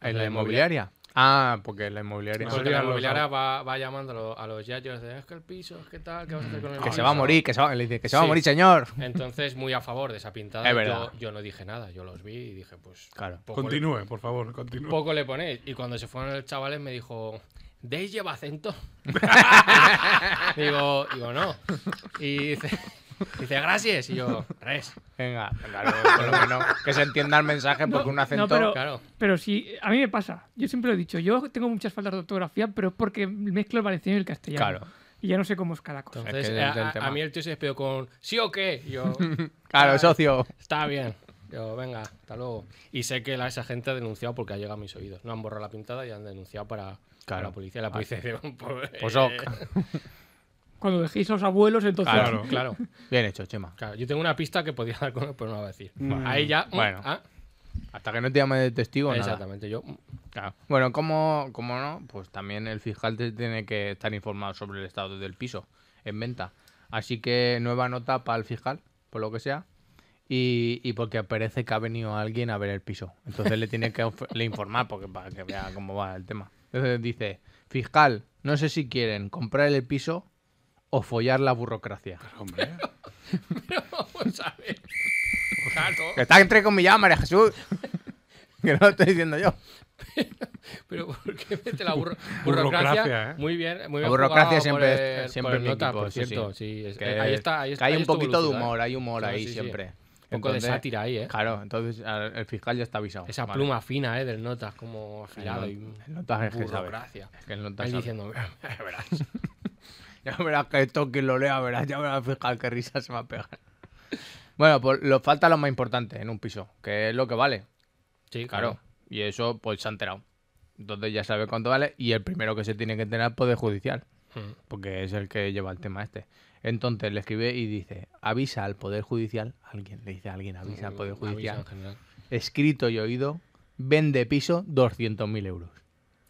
Speaker 2: ¿En la inmobiliaria? Ah, porque en la inmobiliaria.
Speaker 4: Porque la inmobiliaria va, va llamando a los, a los yayos de es que el piso, es que tal, ¿qué vas a hacer con el
Speaker 2: Que
Speaker 4: piso?".
Speaker 2: se va a morir, que se va, le dice, que se va a
Speaker 4: Sí.
Speaker 2: morir, señor.
Speaker 4: Entonces, muy a favor de esa pintada.
Speaker 2: Es
Speaker 4: yo-
Speaker 2: verdad.
Speaker 4: Yo, no dije nada, yo los vi y dije, pues.
Speaker 2: Claro.
Speaker 4: poco le-
Speaker 3: continúe, por favor, continúe.
Speaker 4: Poco le ponéis. Y cuando se fueron los chavales me dijo, ¿Deis lleva acento? digo, digo, no. Y dice, dice, gracias. Y yo, res.
Speaker 2: Venga, venga, lo- por lo menos que se entienda el mensaje porque
Speaker 5: No,
Speaker 2: un
Speaker 5: no,
Speaker 2: acento.
Speaker 5: pero-
Speaker 4: Claro.
Speaker 5: Pero sí, a mí me pasa. Yo siempre lo he dicho. Yo tengo muchas faltas de ortografía, pero es porque mezclo el valenciano y el castellano.
Speaker 2: Claro.
Speaker 5: Y ya no sé cómo es cada cosa.
Speaker 4: Entonces,
Speaker 2: que
Speaker 4: a,
Speaker 2: es el
Speaker 4: a-
Speaker 2: tema.
Speaker 4: a mí el tío se despidió con, ¿sí o qué? Y yo,
Speaker 2: Claro, socio.
Speaker 4: está bien. Yo, venga, hasta luego. Y sé que la, esa gente ha denunciado porque ha llegado a mis oídos. No han borrado la pintada y han denunciado para, para
Speaker 2: Claro. Ah.
Speaker 4: la policía. La policía dice, pues,
Speaker 2: Pues ok.
Speaker 5: Cuando dejéis a los abuelos, entonces.
Speaker 3: Claro.
Speaker 4: Claro.
Speaker 2: Bien hecho, Chema.
Speaker 4: Claro, yo tengo una pista que podía dar con él, pero no la voy a decir. Ahí ya. mm,
Speaker 2: Bueno.
Speaker 4: ah,
Speaker 2: Hasta que no te llame de testigo, nada.
Speaker 4: exactamente. Yo. mm,
Speaker 2: Claro. Bueno, como, como no, pues también el fiscal te- tiene que estar informado sobre el estado del piso en venta. Así que nueva nota para el fiscal, por lo que sea. Y, y porque parece que ha venido alguien a ver el piso. Entonces le tiene que of- le informar porque para que vea cómo va el tema. Entonces dice, fiscal, no sé si quieren comprar el piso o follar la burocracia.
Speaker 3: Hombre,
Speaker 4: Vamos Pues, a ver. Claro.
Speaker 2: Que está entre comillas, María Jesús. que no lo estoy diciendo yo.
Speaker 4: Pero ¿por qué mete la burro- burocracia?
Speaker 3: Burocracia, ¿eh?
Speaker 4: Muy bien. Muy
Speaker 2: La
Speaker 4: bien
Speaker 2: burocracia
Speaker 4: jugado
Speaker 2: siempre
Speaker 4: por
Speaker 2: es-
Speaker 4: el-
Speaker 2: siempre
Speaker 4: por el
Speaker 2: en mi
Speaker 4: nota,
Speaker 2: equipo,
Speaker 4: por
Speaker 2: sí, sí.
Speaker 4: cierto. Sí, es- eh,
Speaker 2: Que-
Speaker 4: ahí está. Ahí
Speaker 2: que
Speaker 4: está
Speaker 2: hay
Speaker 4: ahí
Speaker 2: un
Speaker 4: estuvo
Speaker 2: poquito de
Speaker 4: lucidar.
Speaker 2: humor, hay humor
Speaker 4: Claro,
Speaker 2: ahí
Speaker 4: sí, sí.
Speaker 2: siempre.
Speaker 4: Un poco de sátira ahí, ¿eh?
Speaker 2: Claro, entonces al- el fiscal ya está avisado.
Speaker 4: Esa
Speaker 2: Vale.
Speaker 4: pluma fina, ¿eh? Del nota, como afilado.
Speaker 2: El
Speaker 4: y
Speaker 2: not- el nota es que sabe.
Speaker 4: burocracia.
Speaker 2: Es que el nota
Speaker 4: Ahí
Speaker 2: sabe.
Speaker 4: diciendo, verás.
Speaker 2: Ya verás que esto quien lo lea, verás, ya verás fiscal qué risa se va a pegar. Bueno, pues lo, falta lo más importante en un piso, que es lo que vale.
Speaker 4: Sí,
Speaker 2: Claro. Y eso, pues se ha enterado. Entonces ya sabe cuánto vale. Y el primero que se tiene que enterar pues, es Poder Judicial.
Speaker 4: Mm.
Speaker 2: Porque es el que lleva el tema este. Entonces le escribe y dice: avisa al Poder Judicial. Alguien le dice a alguien: avisa al
Speaker 4: Hmm,
Speaker 2: Poder
Speaker 4: Avisa en
Speaker 2: Judicial.
Speaker 4: general.
Speaker 2: Escrito y oído: vende piso 200.000 euros.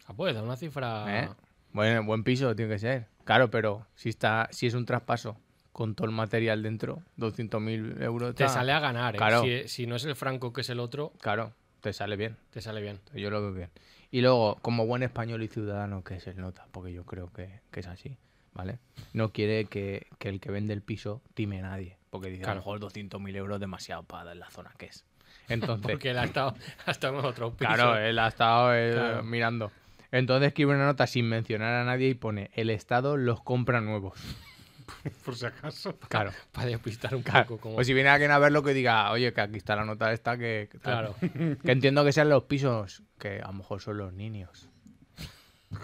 Speaker 4: Ah, pues, da una cifra.
Speaker 2: ¿Eh? Buen, buen piso tiene que ser. Claro, pero si, está, si es un traspaso con todo el material dentro, 200.000 euros.
Speaker 4: Te
Speaker 2: está-
Speaker 4: sale a ganar, ¿eh?
Speaker 2: Claro.
Speaker 4: Si, si no es el franco que es el otro,
Speaker 2: Claro, te sale bien.
Speaker 4: te sale bien.
Speaker 2: Yo lo veo bien. Y luego, como buen español y ciudadano que es el nota, porque yo creo que, que es así, ¿vale? No quiere que, que el que vende el piso time a nadie, porque dice, a
Speaker 4: Claro.
Speaker 2: lo mejor 200.000 euros es demasiado para la zona que es. Entonces,
Speaker 4: Porque él ha estado, ha estado en otro piso.
Speaker 2: claro, él ha estado eh,
Speaker 4: Claro.
Speaker 2: mirando. Entonces escribe una nota sin mencionar a nadie y pone, el Estado los compra nuevos.
Speaker 3: por si acaso.
Speaker 2: Claro.
Speaker 4: Para despistar un poco. Como...
Speaker 2: O Pues si viene alguien a verlo que diga, oye, que aquí está la nota esta, que, que tal".
Speaker 4: Claro.
Speaker 2: que entiendo que sean los pisos, que a lo mejor son los niños.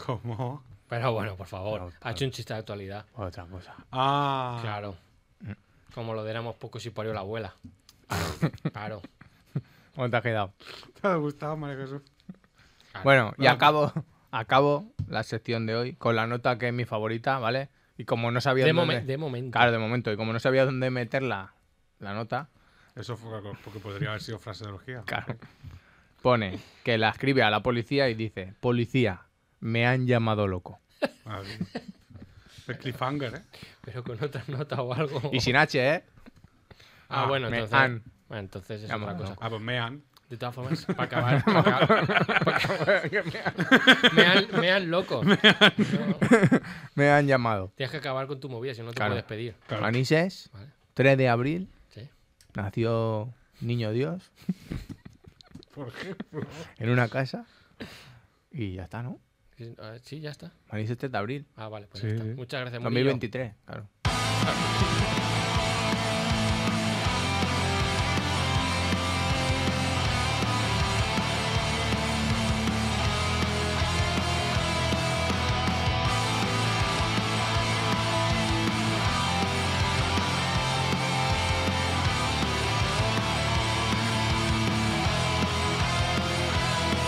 Speaker 3: ¿Cómo?
Speaker 4: Pero bueno, por favor.
Speaker 2: Claro,
Speaker 4: Ha hecho un chiste de actualidad.
Speaker 2: Otra cosa.
Speaker 3: Ah,
Speaker 4: Claro.
Speaker 2: Mm.
Speaker 4: Como lo de éramos pocos y parió la abuela. claro.
Speaker 2: ¿Cómo te ha quedado?
Speaker 3: ¿te ha gustado, María Jesús?
Speaker 4: Ah,
Speaker 2: Bueno, y acabo, acabo la sección de hoy con la nota que es mi favorita, ¿vale? Y como no sabía
Speaker 4: De,
Speaker 2: dónde...
Speaker 4: momen- de momento.
Speaker 2: Claro, de momento. Y como no sabía dónde meterla, la nota,
Speaker 3: Eso fue algo- porque podría haber sido fraseología.
Speaker 2: claro, pone que la escribe a la policía y dice, policía, me han llamado loco.
Speaker 3: Ah, bien. Es cliffhanger, ¿eh?
Speaker 4: Pero con otras notas o algo.
Speaker 2: Y sin H, ¿eh?
Speaker 4: ah,
Speaker 2: Ah,
Speaker 4: bueno,
Speaker 2: me
Speaker 4: entonces.
Speaker 2: han
Speaker 4: Bueno, entonces es otra
Speaker 2: llamado
Speaker 4: cosa.
Speaker 2: loco.
Speaker 3: Ah, pues mean.
Speaker 4: De todas formas, para acabar. para acabar- para- me, han, me han loco. No,
Speaker 2: Me han llamado.
Speaker 4: tienes que acabar con tu movida, si no te
Speaker 2: Claro.
Speaker 4: puedes pedir.
Speaker 3: Claro.
Speaker 2: Manises,
Speaker 4: Vale.
Speaker 2: 3 de abril,
Speaker 4: Sí.
Speaker 2: nació Niño Dios
Speaker 3: ¿Por qué?
Speaker 2: en una casa. Y ya está, ¿no?
Speaker 4: Sí, ah, Sí, ya está.
Speaker 2: Manises 3 de abril,
Speaker 4: Ah, vale, pues
Speaker 3: Sí.
Speaker 4: ya está. Muchas gracias, Murillo.
Speaker 2: 2023, claro.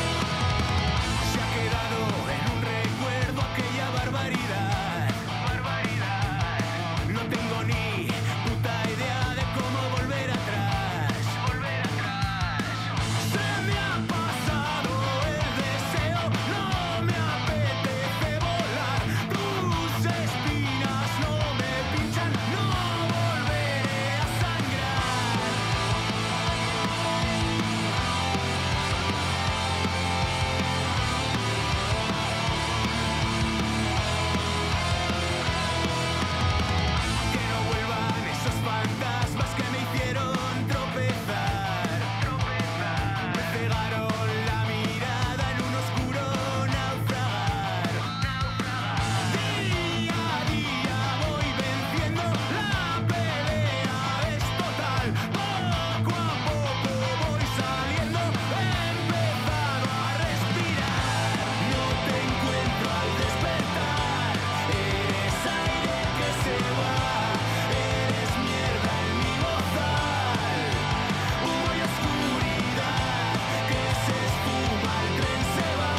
Speaker 7: Se ha quedado en un recuerdo aquella barbaridad. Barbaridad. No tengo ni puta idea de cómo volver atrás. Volver atrás. Se me ha pasado el deseo, no me apetece volar. Tus espinas no me pinchan, no volveré a sangrar. Que no vuelvan esos fantasmas que me hicieron tropezar. Me pegaron la mirada en un oscuro naufragar. Día a día voy venciendo, la pelea es total. Poco a poco voy saliendo, he empezado a respirar. No te encuentro al despertar, eres aire que se va. Eres mierda en mi bozal, humo y oscuridad que se espuma, el tren se va.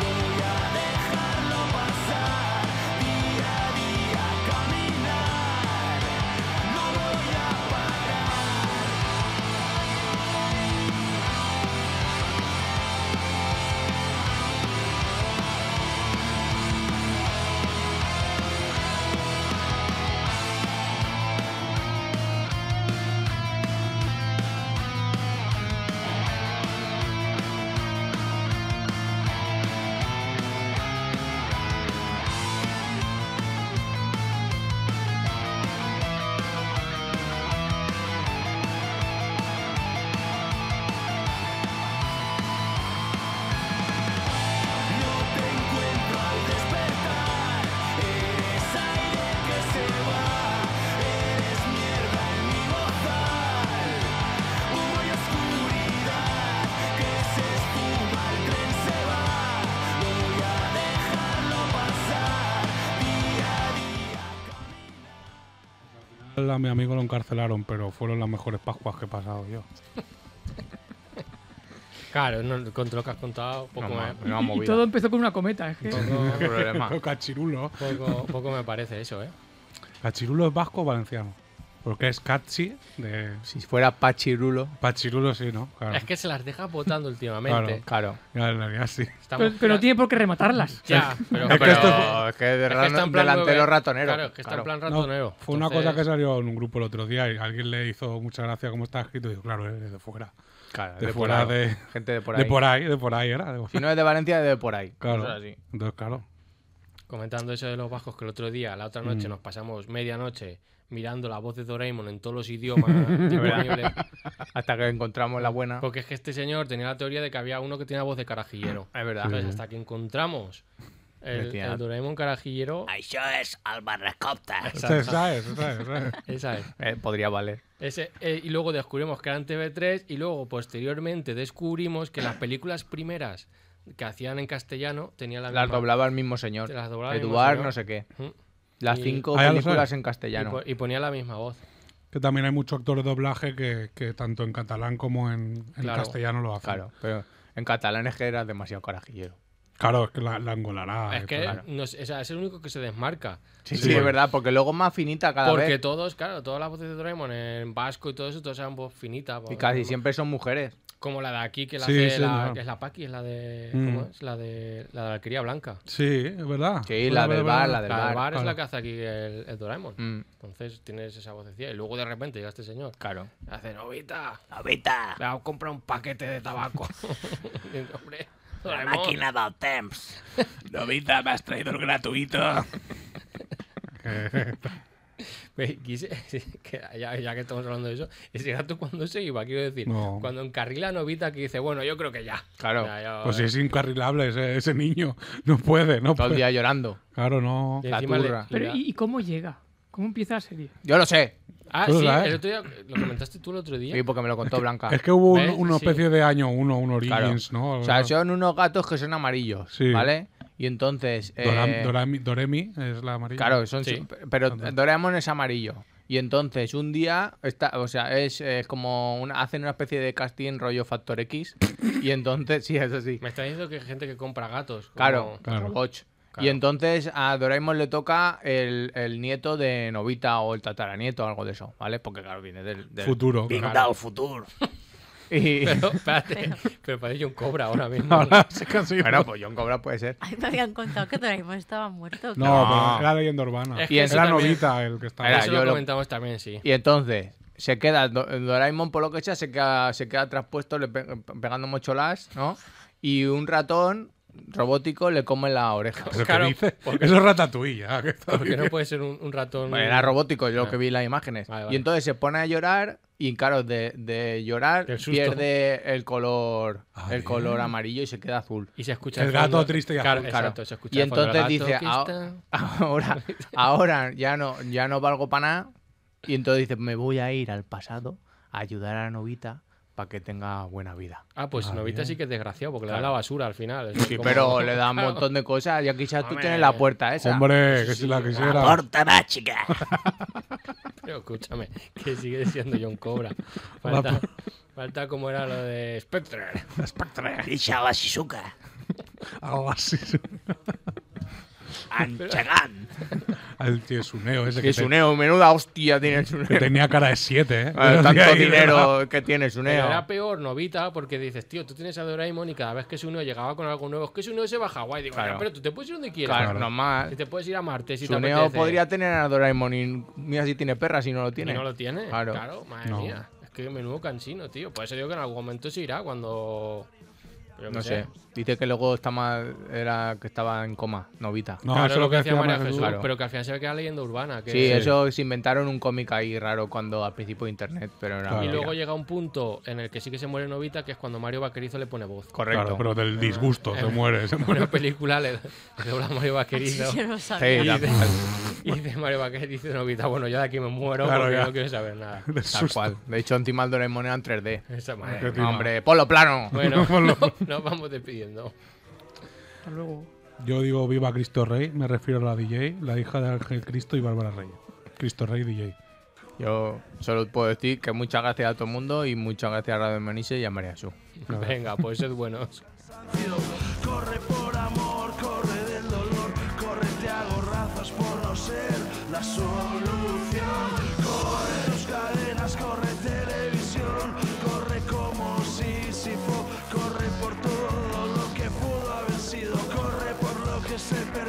Speaker 7: Voy a dejarlo pasar, día a día caminar, no voy a parar. No te encuentro al despertar, eres aire que se va, eres mierda en mi bozal, humo y oscuridad que se espuma, el tren se va, voy a dejarlo pasar, día a día
Speaker 3: A mi amigo lo encarcelaron, pero fueron las mejores Pascuas que he pasado yo.
Speaker 4: Claro, no, con todo lo que has contado, poco, me,
Speaker 2: No, ma- no ha
Speaker 5: Y
Speaker 2: movido.
Speaker 5: todo empezó con una cometa, es que.
Speaker 2: No hay problema.
Speaker 3: Pero Cachirulo.
Speaker 4: poco, poco me parece eso, ¿eh?
Speaker 3: Cachirulo es vasco o valenciano. Porque es Cachi de.
Speaker 2: Si fuera Pachirulo,
Speaker 3: Pachirulo sí, ¿no? Claro.
Speaker 4: Es que se las dejas votando últimamente.
Speaker 2: eh, claro.
Speaker 3: Ya, en realidad sí.
Speaker 4: Estamos-
Speaker 5: Pero, pero no tiene por qué rematarlas.
Speaker 4: Ya, pero,
Speaker 2: No,
Speaker 4: pero-
Speaker 2: pero es que de
Speaker 4: es que está en plan
Speaker 2: delantero
Speaker 4: nueve-
Speaker 2: ratonero.
Speaker 4: Claro, es que está en plan
Speaker 3: No,
Speaker 4: ratonero.
Speaker 3: fue una cosa que salió en un grupo el otro día y alguien le hizo mucha gracia cómo estaba escrito. Y digo, claro, es de fuera.
Speaker 2: Claro,
Speaker 3: de
Speaker 2: de
Speaker 3: fuera
Speaker 2: por ahí.
Speaker 3: de-
Speaker 2: Gente de por ahí.
Speaker 3: de por ahí, de por ahí era. Digo,
Speaker 2: Si no es de Valencia, es de por ahí.
Speaker 3: claro.
Speaker 2: Cosas así.
Speaker 3: Entonces, claro.
Speaker 4: Comentando eso de los vascos, que el otro día, la otra
Speaker 3: Mm.
Speaker 4: noche, nos pasamos medianoche mirando la voz de Doraemon en todos los idiomas disponibles.
Speaker 2: Hasta que encontramos la buena.
Speaker 4: Porque es que este señor tenía la teoría de que había uno que tenía voz de carajillero.
Speaker 3: Ah.
Speaker 2: Es verdad.
Speaker 4: Entonces, hasta que encontramos el,
Speaker 2: Decía-
Speaker 4: el Doraemon carajillero,
Speaker 7: Això és el barracopter.
Speaker 3: Ustedes saben, ustedes saben.
Speaker 4: esa es.
Speaker 2: Eh, podría valer.
Speaker 4: Ese, eh, y luego descubrimos que eran TV3 y luego posteriormente descubrimos que las películas primeras que hacían en castellano tenían la
Speaker 2: Las
Speaker 4: misma-
Speaker 2: doblaba el mismo señor.
Speaker 4: Las doblaba el mismo
Speaker 2: Eduard,
Speaker 4: señor.
Speaker 2: no sé qué.
Speaker 4: Ujú.
Speaker 2: Las
Speaker 4: Y-
Speaker 2: cinco
Speaker 3: Ah, ya lo
Speaker 2: películas
Speaker 3: sabe.
Speaker 2: en
Speaker 4: y, pues-
Speaker 2: castellano.
Speaker 4: po- y ponía la misma voz.
Speaker 3: Que también hay muchos actores de doblaje que, que tanto en catalán como en, en
Speaker 4: Claro,
Speaker 3: castellano lo hacen.
Speaker 2: Claro, pero En catalán es que era demasiado carajillero.
Speaker 3: Claro, la, la engolará.
Speaker 4: es
Speaker 3: eh,
Speaker 4: que
Speaker 2: pues
Speaker 3: claro.
Speaker 4: no sé, o sea, es el único que se desmarca.
Speaker 2: Sí, sí,
Speaker 3: Sí.
Speaker 2: es verdad, porque luego es más finita cada
Speaker 4: Porque
Speaker 2: vez.
Speaker 4: todos, claro, todas las voces de Doraemon en vasco y todo eso, todas eran voz finita.
Speaker 2: Y
Speaker 4: voz-
Speaker 2: casi siempre son mujeres.
Speaker 4: Como la de aquí, que la
Speaker 3: Sí,
Speaker 4: hace
Speaker 3: sí,
Speaker 4: la,
Speaker 3: no.
Speaker 4: que es la Paki, es la de.
Speaker 3: Mm.
Speaker 4: ¿Cómo es? La de la, de la Alquería Blanca.
Speaker 3: Sí, es verdad.
Speaker 2: Sí,
Speaker 3: Bueno,
Speaker 2: la
Speaker 3: vale, vale,
Speaker 2: del bar,
Speaker 3: vale.
Speaker 2: la del
Speaker 4: La
Speaker 2: bar.
Speaker 4: del bar es la
Speaker 3: claro.
Speaker 4: que hace aquí el, el Doraemon.
Speaker 2: Mm,
Speaker 4: Entonces tienes esa vocecilla. Y luego de repente llega este señor.
Speaker 2: claro.
Speaker 4: Hace novita. Novita. Me ha comprado un paquete de tabaco. Y, Hombre. La máquina.
Speaker 2: Novita, me has traído el gratuito.
Speaker 4: ya, ya que estamos hablando de eso, ese gato cuando se iba, quiero decir,
Speaker 3: No.
Speaker 4: cuando encarrila a Novita que dice, bueno, yo creo que ya.
Speaker 2: Claro.
Speaker 4: Ya, ya-
Speaker 3: Pues es incarrilable ese, ese niño. No puede, no
Speaker 2: Todo el
Speaker 3: puede.
Speaker 2: día llorando.
Speaker 3: Claro, no.
Speaker 4: Y
Speaker 2: la
Speaker 4: encima le-
Speaker 2: turra.
Speaker 4: le
Speaker 5: Pero
Speaker 4: da-
Speaker 5: ¿y, y cómo llega? ¿Cómo empieza la serie?
Speaker 2: Yo lo sé.
Speaker 4: Ah,
Speaker 3: Tú lo
Speaker 4: sí,
Speaker 3: sabes.
Speaker 4: el otro día, lo comentaste tú el otro día.
Speaker 2: ¿eh? Sí, porque me lo contó Blanca.
Speaker 3: Es que hubo un-
Speaker 4: ¿Ves?
Speaker 3: una
Speaker 4: Sí.
Speaker 3: especie de año uno, un
Speaker 2: Claro.
Speaker 3: Origins, ¿no?
Speaker 2: O sea, son unos gatos que son amarillos,
Speaker 3: Oh, Sí.
Speaker 2: ¿vale? Y entonces... eh,
Speaker 3: Doram- Dorami- Doremi es la amarilla.
Speaker 2: Claro, son...
Speaker 4: Sí.
Speaker 2: Pero
Speaker 3: Anda.
Speaker 2: Doraemon es amarillo. Y entonces un día, está, o sea, es eh, como... una- hacen una especie de casting rollo Factor X. y entonces, sí, es así.
Speaker 4: Me está diciendo que hay gente que compra gatos. como-
Speaker 2: Claro,
Speaker 3: Claro.
Speaker 2: robots.
Speaker 4: Claro.
Speaker 2: Y entonces a Doraemon le toca el, el nieto de Novita o el tataranieto o algo de eso, ¿vale? Porque claro, viene del... del-
Speaker 3: Futuro. claro.
Speaker 2: Y...
Speaker 4: Pero, espérate, pero parece un cobra ahora mismo.
Speaker 3: Ahora sí que sí.
Speaker 2: bueno, pues John Cobra puede ser.
Speaker 6: Ay, me habían contado que Doraemon estaba muerto.
Speaker 3: No,
Speaker 2: No.
Speaker 3: pero era leyenda urbana.
Speaker 4: Es que
Speaker 2: Y
Speaker 4: eso
Speaker 3: Era
Speaker 4: también-
Speaker 3: Novita el que estaba.
Speaker 2: Era-
Speaker 4: eso
Speaker 2: yo
Speaker 4: lo
Speaker 2: lo-
Speaker 4: comentamos también, sí.
Speaker 2: Y entonces se queda Do- Doraemon por lo que sea, se queda, se queda traspuesto le pe- pegando mocholas, ¿no? Y un ratón robótico le come la oreja.
Speaker 3: ¿Pero qué
Speaker 4: claro,
Speaker 3: dices?
Speaker 4: porque-
Speaker 3: Eso es ah, ratatuilla.
Speaker 4: Porque no puede ser un, un ratón.
Speaker 2: Bueno, era robótico, yo lo que vi en las imágenes.
Speaker 4: Ah. Vale, vale.
Speaker 2: Y entonces se pone a llorar y claro, de, de llorar
Speaker 4: Del susto.
Speaker 2: pierde el color,
Speaker 3: Ah,
Speaker 2: el color amarillo y se queda azul.
Speaker 4: Y se escucha.
Speaker 3: El
Speaker 4: de
Speaker 3: gato
Speaker 4: fondo-
Speaker 3: triste y
Speaker 4: Claro,
Speaker 3: azul.
Speaker 2: Claro.
Speaker 4: exacto, se escucha
Speaker 2: y
Speaker 4: de fondo el
Speaker 2: entonces
Speaker 4: gato
Speaker 2: dice,
Speaker 4: que
Speaker 2: "Ah,
Speaker 4: está-
Speaker 2: ahora, ahora ya no, ya no valgo para nada. Y entonces dice, me voy a ir al pasado a ayudar a Novita para que tenga buena vida.
Speaker 4: Ah, pues Novita sí que es desgraciado porque le da la basura al final. es
Speaker 2: Sí,
Speaker 4: como-
Speaker 2: pero le da un montón de cosas. Ya quizás tú
Speaker 4: Hombre.
Speaker 2: tienes la puerta esa.
Speaker 3: Hombre, que si la quisiera.
Speaker 4: Pero escúchame, que sigue siendo John Cobra. Falta, falta como era lo de Spectre.
Speaker 3: Algo así. Al tiesuneo ese que,
Speaker 2: Que
Speaker 3: te-
Speaker 2: Suneo, menuda hostia tiene
Speaker 3: que
Speaker 2: Suneo.
Speaker 3: tenía cara de 7, ¿eh?
Speaker 2: Ah,
Speaker 3: Tenía
Speaker 2: Tanto
Speaker 3: ahí-
Speaker 2: dinero que tiene
Speaker 4: Pero
Speaker 2: Suneo.
Speaker 4: era peor Novita porque dices, tío, tú tienes a Doraemon y cada vez que uno llegaba con algo nuevo, es que uno se va a Hawái. Digo,
Speaker 2: Claro.
Speaker 4: "Ya, pero tú te puedes ir donde quieras.
Speaker 2: Claro,
Speaker 4: Si
Speaker 2: normal.
Speaker 4: te puedes ir a Marte si te
Speaker 2: Suneo
Speaker 4: apetece.
Speaker 2: podría tener a Doraemon y mira si tiene perra, si no lo tiene.
Speaker 4: Y no lo tiene.
Speaker 2: Claro.
Speaker 4: Claro, madre
Speaker 3: No.
Speaker 4: mía. Es que menudo cansino, tío. Por eso digo que en algún momento se irá cuando. yo qué
Speaker 2: No sé. Dice que luego está mal, era que estaba en coma, novita.
Speaker 3: No,
Speaker 4: claro,
Speaker 3: eso es lo que decía María Jesús.
Speaker 2: Claro.
Speaker 4: Pero que al final se queda leyendo urbana. Que...
Speaker 2: sí, eso se inventaron un cómic ahí raro cuando al principio de internet, pero era.
Speaker 3: Claro.
Speaker 4: Y
Speaker 2: mentira.
Speaker 4: luego llega un punto en el que sí que se muere Novita, que es cuando Mario Vaquerizo le pone voz.
Speaker 2: Correcto. Eh.
Speaker 3: Claro, pero del disgusto, se muere, se muere.
Speaker 4: Una película le, le dobla a Mario Vaquerizo.
Speaker 6: Yo no
Speaker 2: Sí,
Speaker 6: sabía.
Speaker 4: Y
Speaker 2: la-
Speaker 4: dice, y dice Mario Vaquerizo Novita, bueno, yo de aquí me muero
Speaker 3: Claro,
Speaker 4: porque
Speaker 3: ya.
Speaker 4: no quiero saber nada.
Speaker 3: Del
Speaker 2: Tal
Speaker 3: susto.
Speaker 2: cual. De hecho, encima el Doraemon era en 3D.
Speaker 4: Esa
Speaker 3: Qué
Speaker 4: madre.
Speaker 3: tío.
Speaker 2: Hombre, polo plano.
Speaker 4: Bueno,
Speaker 3: Ponlo.
Speaker 4: nos vamos despidiendo.
Speaker 5: Hasta luego.
Speaker 3: Yo digo viva Cristo Rey, me refiero a la DJ, la hija de Ángel Cristo y Bárbara Reyes. Cristo Rey DJ.
Speaker 2: Yo solo puedo decir que muchas gracias a todo el mundo y muchas gracias a Radio Maniche y a María Jesús.
Speaker 4: Venga, pues sed buenos.
Speaker 7: Corre por amor, corre del dolor, corre te hago razas por no ser la solución. Corre tus cadenas, corre televisión, corre como Sísifo, corre por todo lo que pudo haber sido, corre por lo que se perdió.